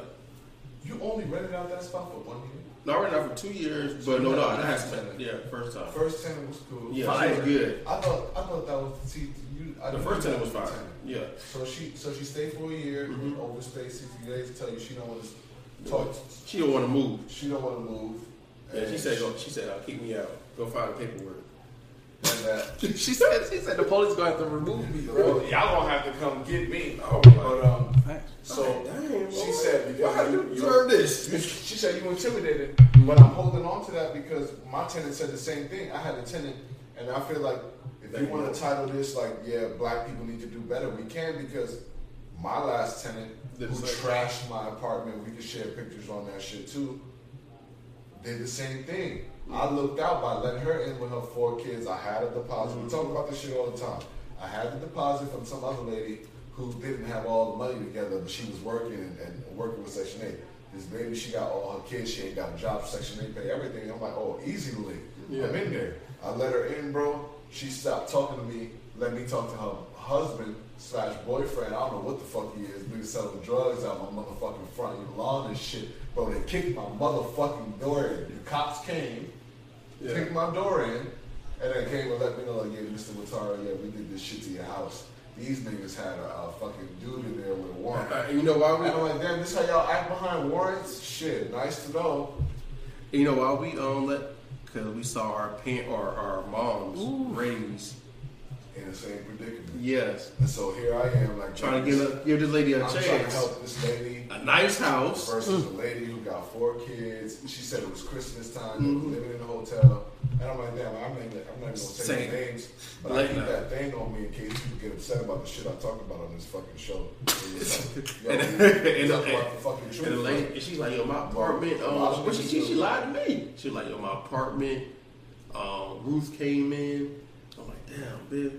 B: You only rented out that spot for one year.
C: No, I ran out for two years, but no, no, I had to. Yeah, first time.
B: First tenant was cool.
C: Yeah, she was good.
B: I thought I thought that was see you. I
C: The
B: knew
C: first
B: you
C: tenant was
B: the
C: fine.
B: tenant.
C: Yeah.
B: So she so she stayed for a year,
C: Mm-hmm.
B: overstayed sixty days. Tell you she don't want to talk.
C: She don't want to move.
B: She don't want to move.
C: Yeah, she
B: and
C: said, go, she said, uh, kick me out. Go file the paperwork.
B: and that.
D: she said she said the police gonna have to remove me,
B: Bro, y'all gonna have to come get me.
C: Oh,
B: but um, so she said
C: Why
B: because
C: you
B: you,
C: deserve this? Mm-hmm.
B: you- She said you intimidated, but I'm holding on to that because my tenant said the same thing. I had a tenant, and I feel like if you want to title this like yeah, black people need to do better, we can because my last tenant who
C: Did the same.
B: trashed my apartment, we could share pictures on that shit too did the same thing. I looked out by letting her in with her four kids. I had a deposit. We talk about this shit all the time. I had the deposit from some other lady who didn't have all the money together, but she was working and, and working with Section 8. is maybe she got all her kids, she ain't got a job, section eight pay, everything. I'm like, oh, easy Lily. I'm in there. I let her in, bro. She stopped talking to me, let me talk to her husband slash boyfriend. I don't know what the fuck he is. Nigga selling drugs out my motherfucking front lawn and shit. Bro, they kicked my motherfucking door in. The cops came, kicked my door in, and then came and let me know, like, yeah, Mr. Watara, yeah, we did this shit to your house. These niggas had a, uh fucking dude in there with a warrant.
C: And uh, you know why we
B: And I'm like, damn, this how y'all act behind warrants? Shit, nice to know.
C: You know why we um let because we saw our parent or our moms raise.
B: In the same predicament.
C: Yes,
B: And so here I am, like,
C: trying to give a, give this lady a
B: I'm trying to
C: chance.
B: help this lady.
C: A nice house.
B: versus a lady who got four kids. She said it was Christmas time, they were living in the hotel. And I'm like, damn, I'm, in the, I'm not even gonna say
C: Same.
B: the names, but I
C: Like
B: keep that
C: that.
B: thing on me in case people get upset about the shit I talk about on this fucking show. And it's like, yo,
C: and,
B: you
C: and,
B: talk
C: and-
B: about the fucking truth.
C: and the lady, and she's like, yo, my apartment. Um, what she, she, she lied to me. She like, yo, my apartment. Um, Ruth came in. I'm like, damn, bitch.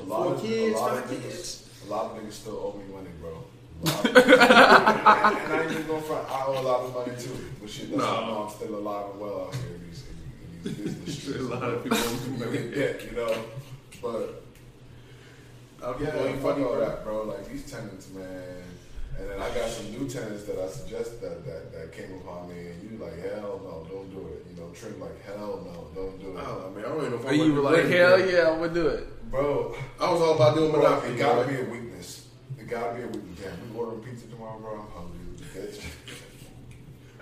B: A lot
C: Four
B: of- a
C: kids,
B: lot of
C: five
B: niggas-
C: kids.
B: A lot of niggas still owe me money, bro. A lot of niggas- and, and I ain't even gonna front. I owe a lot of money too. But shit, that's
C: No.
B: why I'm still alive and well out here in these, in, in these business
C: A
B: streets.
C: lot of people.
B: You get dick, you know. But
C: Okay,
B: yeah,
C: well,
B: fuck
C: Oh, funny,
B: all
C: bro.
B: that, bro. Like these tenants, man. And then I got some new tenants that I suggest that, that that came upon me, and you like hell no, don't do it. You know, Trim like hell no, don't do it.
C: Oh man, I don't even know if
D: And
C: I'm
D: you were like, hell yeah, I'm gonna do it.
B: bro,
C: I was all about doing
B: bro,
C: Monopoly.
B: it gotta be a weakness. It gotta be a weakness. Damn, we ordering pizza tomorrow, bro. I'm hungry. Bitch.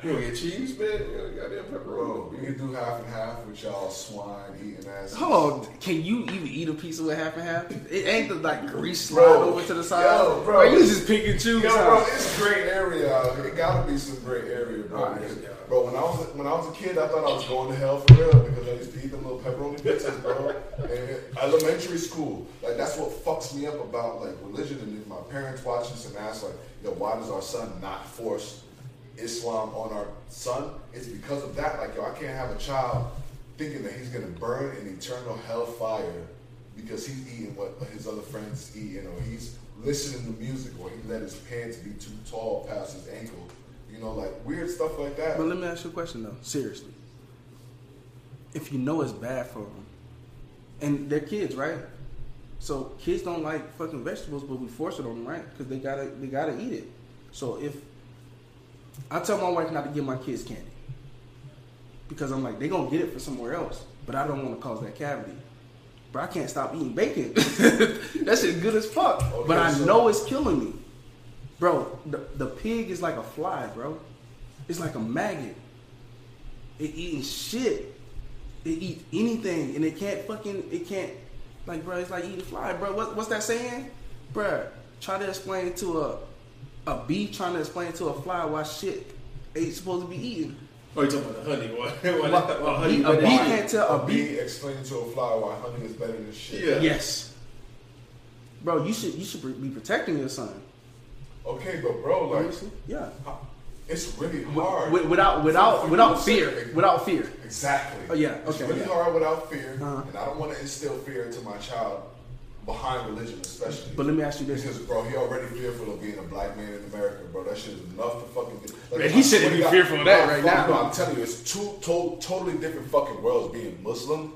C: You gonna get cheese, man? You gonna goddamn
B: Bro,
C: pepperoni.
B: we can do half and half with y'all swine eating ass.
D: Hold on, can you even eat a pizza with half and half? It ain't the like grease slide
B: Bro,
D: over to the side.
B: yo, bro.
D: you just pick and choose.
B: Yo, bro,
D: how-
B: it's great area. out here. It gotta be some great area, bro.
C: Oh, yeah.
B: Bro, when I was when I was a kid, I thought I was going to hell for real because I used to eat them little pepperoni pizzas, bro. and elementary school, like that's what fucks me up about like religion. And if my parents watch this and ask like, yo, why does our son not force Islam on our son? It's because of that. Like, yo, I can't have a child thinking that he's gonna burn in eternal hellfire because he's eating what his other friends is eating, or he's listening to music, or he let his pants be too tall past his ankle. You know, like weird stuff like that.
D: But let me ask you a question though, seriously. If you know it's bad for them, and they're kids, right? So kids don't like fucking vegetables, but we force it on them, right? Because they gotta they gotta eat it. So if I tell my wife not to give my kids candy because I'm like they gonna get it from somewhere else, but I don't want to cause that cavity. But I can't stop eating bacon. that shit good as fuck. but I
B: so-
D: know it's killing me, bro. The, the pig is like a fly, bro. It's like a maggot. It eating shit. It eat anything, and it can't fucking. It can't. Like, bro, it's like eating fly, bro. What, what's that saying, bro? Try to explain to a a bee trying to explain to a fly why shit ain't supposed to be eaten.
C: Oh, you talking about the honey one?
D: a
C: Why
D: bee,
C: honey?
D: a bee
C: why-
D: can't tell
B: A
D: a
B: bee
D: bee.
B: explaining to a fly why honey is better than shit.
C: Yeah.
D: Yes, bro, you should you should be protecting your son.
B: Okay, but bro, like
D: Honestly, yeah.
B: it's really hard.
D: Wi- Without without without fear, without fear.
B: Exactly.
D: Oh, yeah,
B: It's
D: okay,
B: really
D: yeah.
B: hard without fear,
D: Uh-huh.
B: and I don't want to instill fear into my child behind religion, especially.
D: But let me ask you this.
B: Because, bro, he already fearful of being a black man in America, bro. That shit is enough to fucking. Like,
D: Man, he
B: I
D: shouldn't
B: swear
D: be
B: to God-
D: fearful of that
B: No,
D: right
B: fuck
D: now.
B: No, I'm telling you, it's two to- totally different fucking worlds. Being Muslim,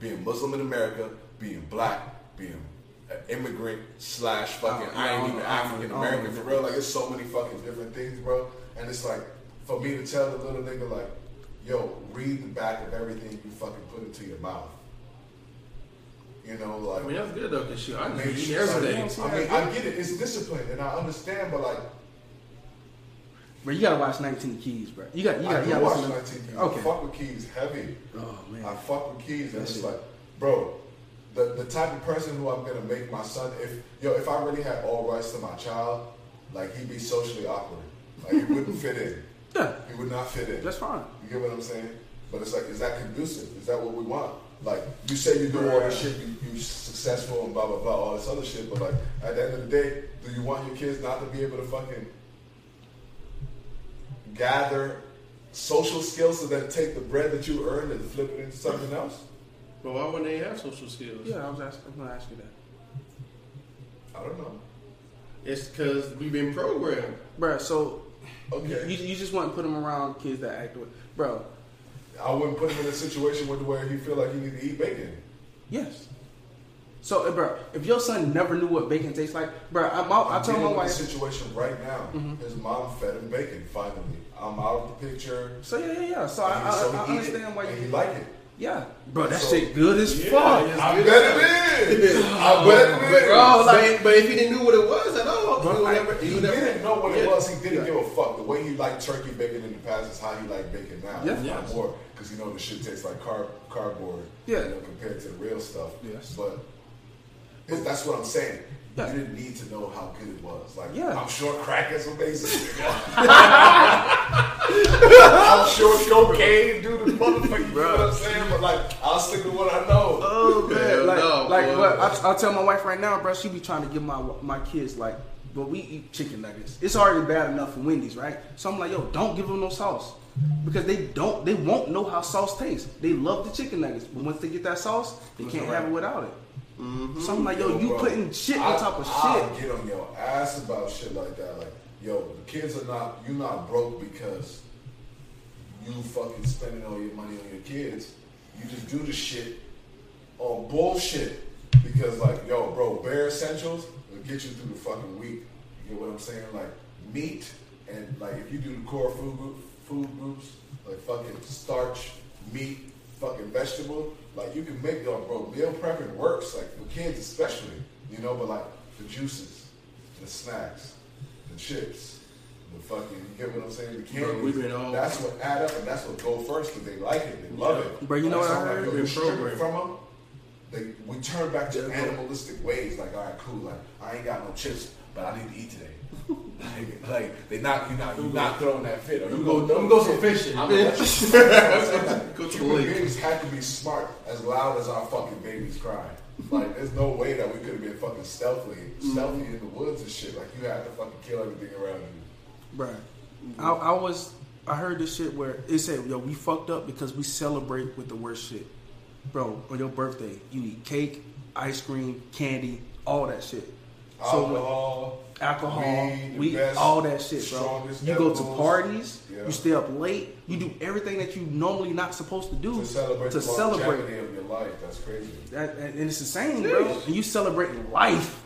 B: being Muslim in America, being black, being an immigrant slash fucking.
D: Oh,
B: I ain't
D: no,
B: even
D: no,
B: African
D: no,
B: American
D: no.
B: for real. Like it's so many fucking different things, bro. And it's like for me to tell the little nigga like, yo, read the back of everything you fucking put into your mouth. You know, like
C: I mean, that's good though, cause shit, I
B: Maybe
C: just eat
B: she- I
C: everything.
B: mean, I get it. It's discipline, and I understand. But like,
D: Bro, you gotta watch 19 Keys, bro. You got you
B: I
D: got
B: do
D: you gotta
B: watch
D: listen to-
B: 19 Keys. I
D: Okay.
B: fuck with Keys heavy.
D: Oh, man.
B: I fuck with Keys, and
D: That
B: it's
D: shit.
B: like, bro, the the type of person who I'm gonna make my son. If yo, if I really had all rights to my child, like he'd be socially awkward. Like he wouldn't fit in.
D: Yeah,
B: He would not fit in.
D: that's fine.
B: You get what I'm saying? But it's like, is that conducive? Is that what we want? Like, you say you do all this shit, you, you successful and blah, blah, blah, all this other shit, but like, at the end of the day, do you want your kids not to be able to fucking gather social skills so that take the bread that you earned and flip it into something else?
C: But why wouldn't they have social skills?
D: Yeah, I was asking, I'm gonna ask you that,
B: I don't know.
C: It's because we've been programmed.
D: bro. So
B: Okay.
D: You, you just want to put them around kids that act with, bro.
B: I wouldn't put him in a situation with where he feel like he need to eat bacon.
D: Yes. So, eh, bro, if your son never knew what bacon tastes like, bro, I, I, I
B: I'm
D: told
B: dealing
D: my
B: with
D: wife. Mm-hmm.
B: the situation right now. His mom fed him bacon. Finally, I'm out of the picture.
D: So yeah, yeah, yeah. So I,
B: And
D: I,
B: so he
D: I
B: eat it,
D: understand why
B: and he
D: you.
B: like it.
D: Yeah, bro, that
B: So-
D: shit good as fuck.
B: I bet it is. I bet it is.
C: Bro, like, but if he didn't know what it was at all, he would
B: Like,
C: never.
B: he
C: would never-
B: didn't know what it
C: Yeah.
B: was. He didn't give a fuck. The way he liked turkey bacon in the past is how he liked bacon now.
D: Yeah.
B: It's not
D: Yes.
B: more because you know the shit tastes like car- cardboard.
D: Yeah.
B: You know, compared to the real stuff.
D: Yes.
B: But it's- that's what I'm saying.
D: Yeah.
B: You didn't need to know how good it was. Like
D: Yeah.
B: I'm sure crack is amazing. I'm sure cocaine do the motherfucker. You know what I'm saying? But like I'll stick with what I know.
D: Oh man, like,
C: no,
D: like
C: boy.
D: what I, I tell my wife right now, bro, she be trying to give my my kids like, but we eat chicken nuggets. It's already bad enough for Wendy's, right? So I'm like, yo, don't give them no sauce because they don't, they won't know how sauce tastes. They love the chicken nuggets, but once they get that sauce, they can't have it without it. So I'm like, yo, you
B: Mm-hmm. Bro,
D: putting shit
B: I-
D: on top of
B: I
D: shit.
B: get on your ass about shit like that. Like, yo, the kids are not. You not broke because you fucking spending all your money on your kids. You just do the shit on bullshit because, like, yo, bro, bare essentials will get you through the fucking week. You get what I'm saying? Like meat and like if you do the core food group, food groups, like fucking starch, meat, fucking vegetable. Like you can make your bro meal prepping works, like for kids especially, you know. But like the juices, the snacks, the chips, the fucking you get what I'm saying? The
C: Bro,
B: candies.
C: we've been all-
B: that's what add up and that's what go first because they like it, they love it.
D: Bro, you know
B: Like,
D: what I
B: so,
D: heard?
B: Like, yo,
C: Been
B: you stripping
C: programmed.
B: from them. They, we turn back to animalistic ways, like all right, cool, like I ain't got no chips, but I need to eat today. like, like they not you not you not throwing that fit. Or you go,
C: Go,
B: dumb
C: go some
B: shit.
C: fishing.
B: I'm
C: bitch.
B: gonna let you-
C: Go to the
B: Human
C: lake.
B: beings have to be smart as loud as our fucking babies cry. Like, there's no way that we could have been fucking stealthily,
C: Mm-hmm.
B: stealthy in the woods and shit. Like, you have to fucking kill everything around you.
D: Bruh,
B: Mm-hmm.
D: I, I was I heard this shit where it said, "Yo, we fucked up because we celebrate with the worst shit." Bro, on your birthday, you eat cake, ice cream, candy, all that shit. So when-
B: Alcohol,
D: alcohol,
B: weed, the
D: weed,
B: best,
D: all that shit, bro.
B: strongest
D: You go to
B: edibles.
D: parties,
B: Yeah.
D: you stay up late, you do everything that you normally not supposed to do
B: to celebrate
D: to
B: the
D: celebrate.
B: longevity of your life. That's crazy.
D: That, and and it's the same, bro. And you celebrating life.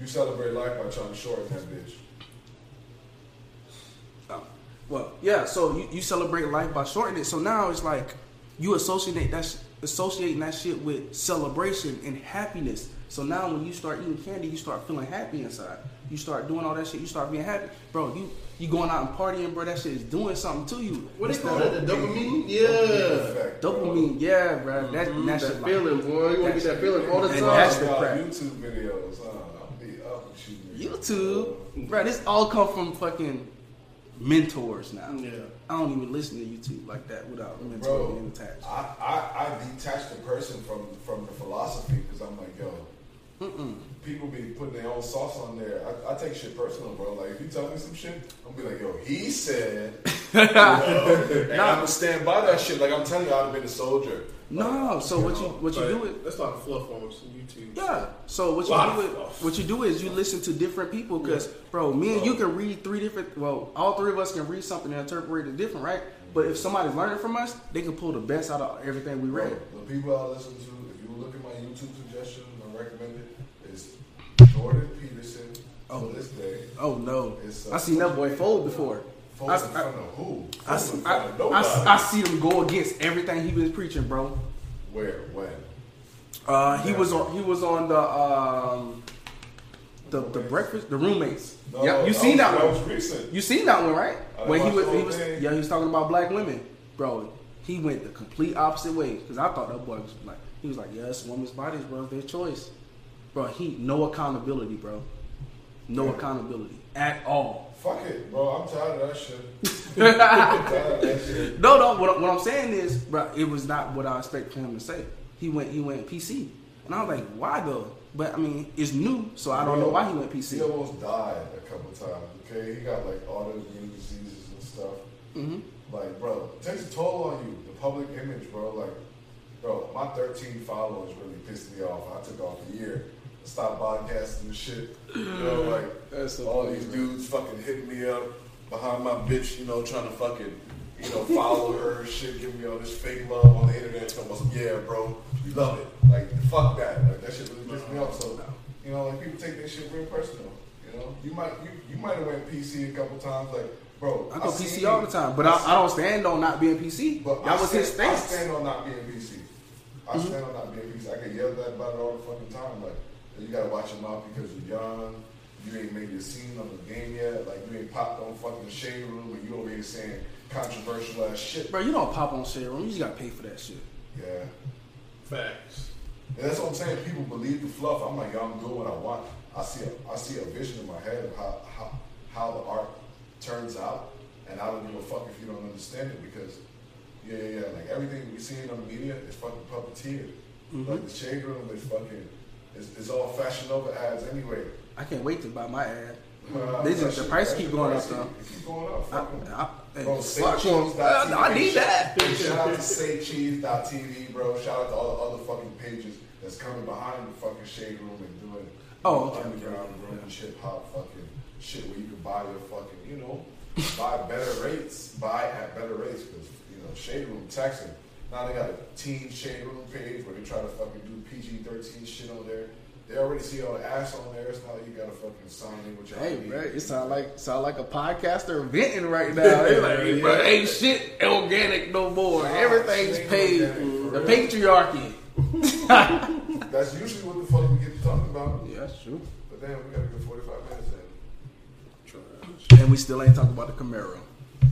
B: You celebrate life by trying to shorten that bitch.
D: Well, yeah. So you, you celebrate life by shortening it. So now it's like you associate that sh- associating that shit with celebration and happiness. So now when you start eating candy, you start feeling happy inside. You start doing all that shit. You start being happy, bro. You you going out and partying, bro. That shit is doing something to you.
C: What they
D: It's
C: call
D: that
C: that? The
B: In
C: dopamine? Yeah.
B: fact, bro,
D: Dopamine, yeah, bro. That that,
C: Mm-hmm, That
D: shit
C: feeling,
D: like,
C: boy. You want to get that feeling all the
D: And
B: I
D: that's
C: time.
D: the
B: got
D: crack.
B: YouTube videos, huh? I'll be up with you.
D: YouTube, bro. This all come from fucking mentors now.
C: Yeah.
D: I don't even listen to YouTube like that without a mentor
B: Bro,
D: being attached.
B: I, I, I detach the person from from the philosophy because I'm like, yo, people be putting their own sauce on there. I, I take shit personal, bro. Like, if you tell me some shit, I'm be like, yo, he said. and I'm going to stand by that shit. Like, I'm telling you, I'd have been a soldier.
D: No, so what you what you
C: But
D: do it
C: That's not fluff on some YouTube.
D: yeah. So what you
C: Lot
D: do
C: of
D: it
C: stuff.
D: what you do is you listen to different people because bro, me and you can read three different well, all three of us can read something and interpret it different, right? But if somebody's learning from us, they can pull the best out of everything we read.
B: The people I listen to, if you look at my YouTube suggestion, I recommend it, is Jordan Peterson
D: Oh.
B: to this day.
D: Oh no.
B: It's, uh,
D: I seen that boy fold before.
B: Folks
D: I,
B: in front of who?
D: I- I-
B: Folks in
D: I-
B: front of
D: I-
B: nobody.
D: I see him go against everything he was preaching, bro.
B: Where? When?
D: Uh, he was on he was on the um, the, the breakfast the roommates.
B: No,
D: yeah, you seen
B: was-
D: that one?
B: was recent.
D: You seen that one, right?
B: I
D: when he
B: watched
D: was,
B: the
D: he
B: whole
D: was,
B: thing.
D: yeah, he was talking about black women, bro. He went the complete opposite way because I thought that boy was like, he was like, yes, women's bodies, bro, it's their choice, bro. He no accountability, bro, no accountability at all.
B: Fuck it, bro. I'm tired of that shit. I'm tired of that shit.
D: No, no. What, what I'm saying is, bro, it was not what I expect for him to say. He went, he went PC, and I was like, why though? But I mean, it's new, so I don't know why he went PC.
B: He almost died a couple times. Okay, he got like autoimmune diseases and stuff. Like, bro, it takes a toll on you. The public image, bro. Like, bro, my 13 followers really pissed me off. I took off a year. Stop podcasting and shit. You know, like
D: That's so
B: all
D: funny,
B: these
D: bro.
B: dudes fucking hitting me up. behind my bitch, you know, trying to fucking, you know, follow her, shit, give me all this fake love on the internet. So I was like, yeah, bro, you love it. Like, fuck that. Like, that shit really pissed me off. So, you know, like, people take that shit real personal. You know, you might you, you might have went PC a couple times, like, bro.
D: I go
B: seen
D: PC
B: you.
D: all the time, but I, I don't stand on not being PC.
B: But
D: that
B: I
D: was his
B: stand- I
D: stance. Mm-hmm.
B: stand on not being PC. I stand on not being PC. I get yelled at about it all the fucking time. Like, you gotta watch your mouth because you're young. You ain't made your scene on the game yet. Like, you ain't popped on fucking Shade Room, and you over here saying controversial ass shit.
D: Bro, you don't pop on shit room. You just gotta pay for that shit.
B: Yeah.
C: Facts.
B: And that's what I'm saying. People believe the fluff. I'm like, yo, I'm doing what I want. I see a, I see a vision in my head of how, how, how the art turns out, and I don't give a fuck if you don't understand it because, yeah, yeah, yeah. Like everything we see in the media is fucking puppeteered.
D: Mm-hmm.
B: Like the shade room is fucking, it's, it's all fashion over ads anyway.
D: I can't wait to buy my ad.
B: Uh,
D: They just-
B: that
D: the
B: shit-
D: price
B: that
D: keep
B: shit
D: going up,
B: pricey.
D: though.
B: It keep going up.
D: I,
B: Fuck 'em.
D: I, hey,
B: Bro,
D: fuck you.
B: SafeCheese.tv.
D: I need that.
B: Shout out to SafeCheese.tv, bro. Shout out to all the other fucking pages that's coming behind the fucking shade room and doing
D: Oh, okay,
B: underground
D: okay,
B: room hip hop fucking shit where you can buy your fucking, you know, buy better rates, buy at better rates because you know shade room taxing. Now they got a teen shade room page where they try to fucking do PG thirteen shit on there. They already see all the ass on there. It's not like you gotta fucking sign in with your
D: Hey,
B: ID.
D: bro, it sound like sound like a podcaster venting right now. They like, hey, bro, ain't shit organic no more.
B: Nah,
D: Everything's
B: shit ain't
D: paid.
B: organic,
D: The
B: for
D: patriarchy.
B: That's usually what the fuck we get to talking about.
D: Yeah, that's true.
B: But damn, we gotta get 45 minutes in.
D: And we still ain't talking about the Camaro.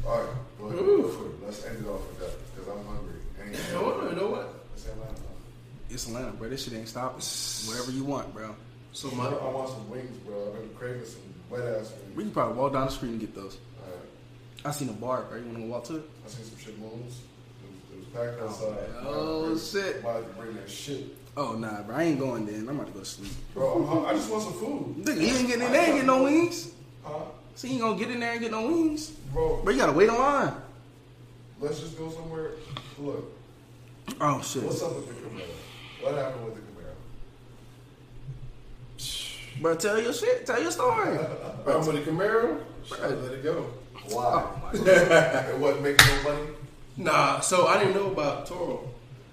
B: All right, well, go for it. let's end it off with that because I'm hungry. And
C: You know what? You know what?
B: It's Atlanta.
D: It's Atlanta, bro. This shit ain't stopping. Whatever you want, bro.
C: So
B: I,
C: my
B: I want some wings, bro. I've been craving some wet ass
D: We
B: wings.
D: can probably walk down the street and get those.
B: All right,
D: I seen a bar, bro. You wanna go walk to it?
B: I seen some shit moons. It was, it was packed outside.
D: Oh,
B: I had to bring-
D: shit.
B: I had to bring that shit,
D: Oh nah, bro. I ain't going then. I'm about to go to sleep.
B: bro. I'm hungry. I just want some food,
D: Nigga, you ain't getting in there and get no wings.
B: huh?
D: So you ain't gonna get in there and get no wings.
B: Bro,
D: Bro, you gotta wait in line.
B: let's just go somewhere. Look,
D: Oh shit.
B: what's up with the Camaro? What happened with the Camaro?
D: Bro, tell your shit. Tell your story.
C: problem with the Camaro, shit, I let it go. Oh.
B: Why? it wasn't making no money.
C: Nah, so I didn't know about Toro.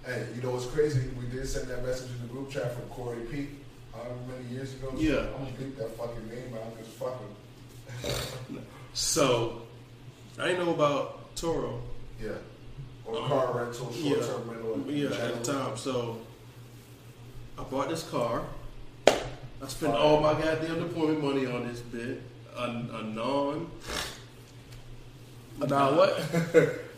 B: Hey, you know what's crazy? We did send that message in the group chat from Corey Pete, however many years ago.
C: Yeah.
B: I'm gonna beat that fucking name out because fuck him.
C: So I didn't know about Toro.
B: Yeah. Or car rental, short term rental.
C: Um, yeah, at the
B: general.
C: time. So I bought this car. I spent all my goddamn deployment money on this bit. A, a non,
D: Nah, what?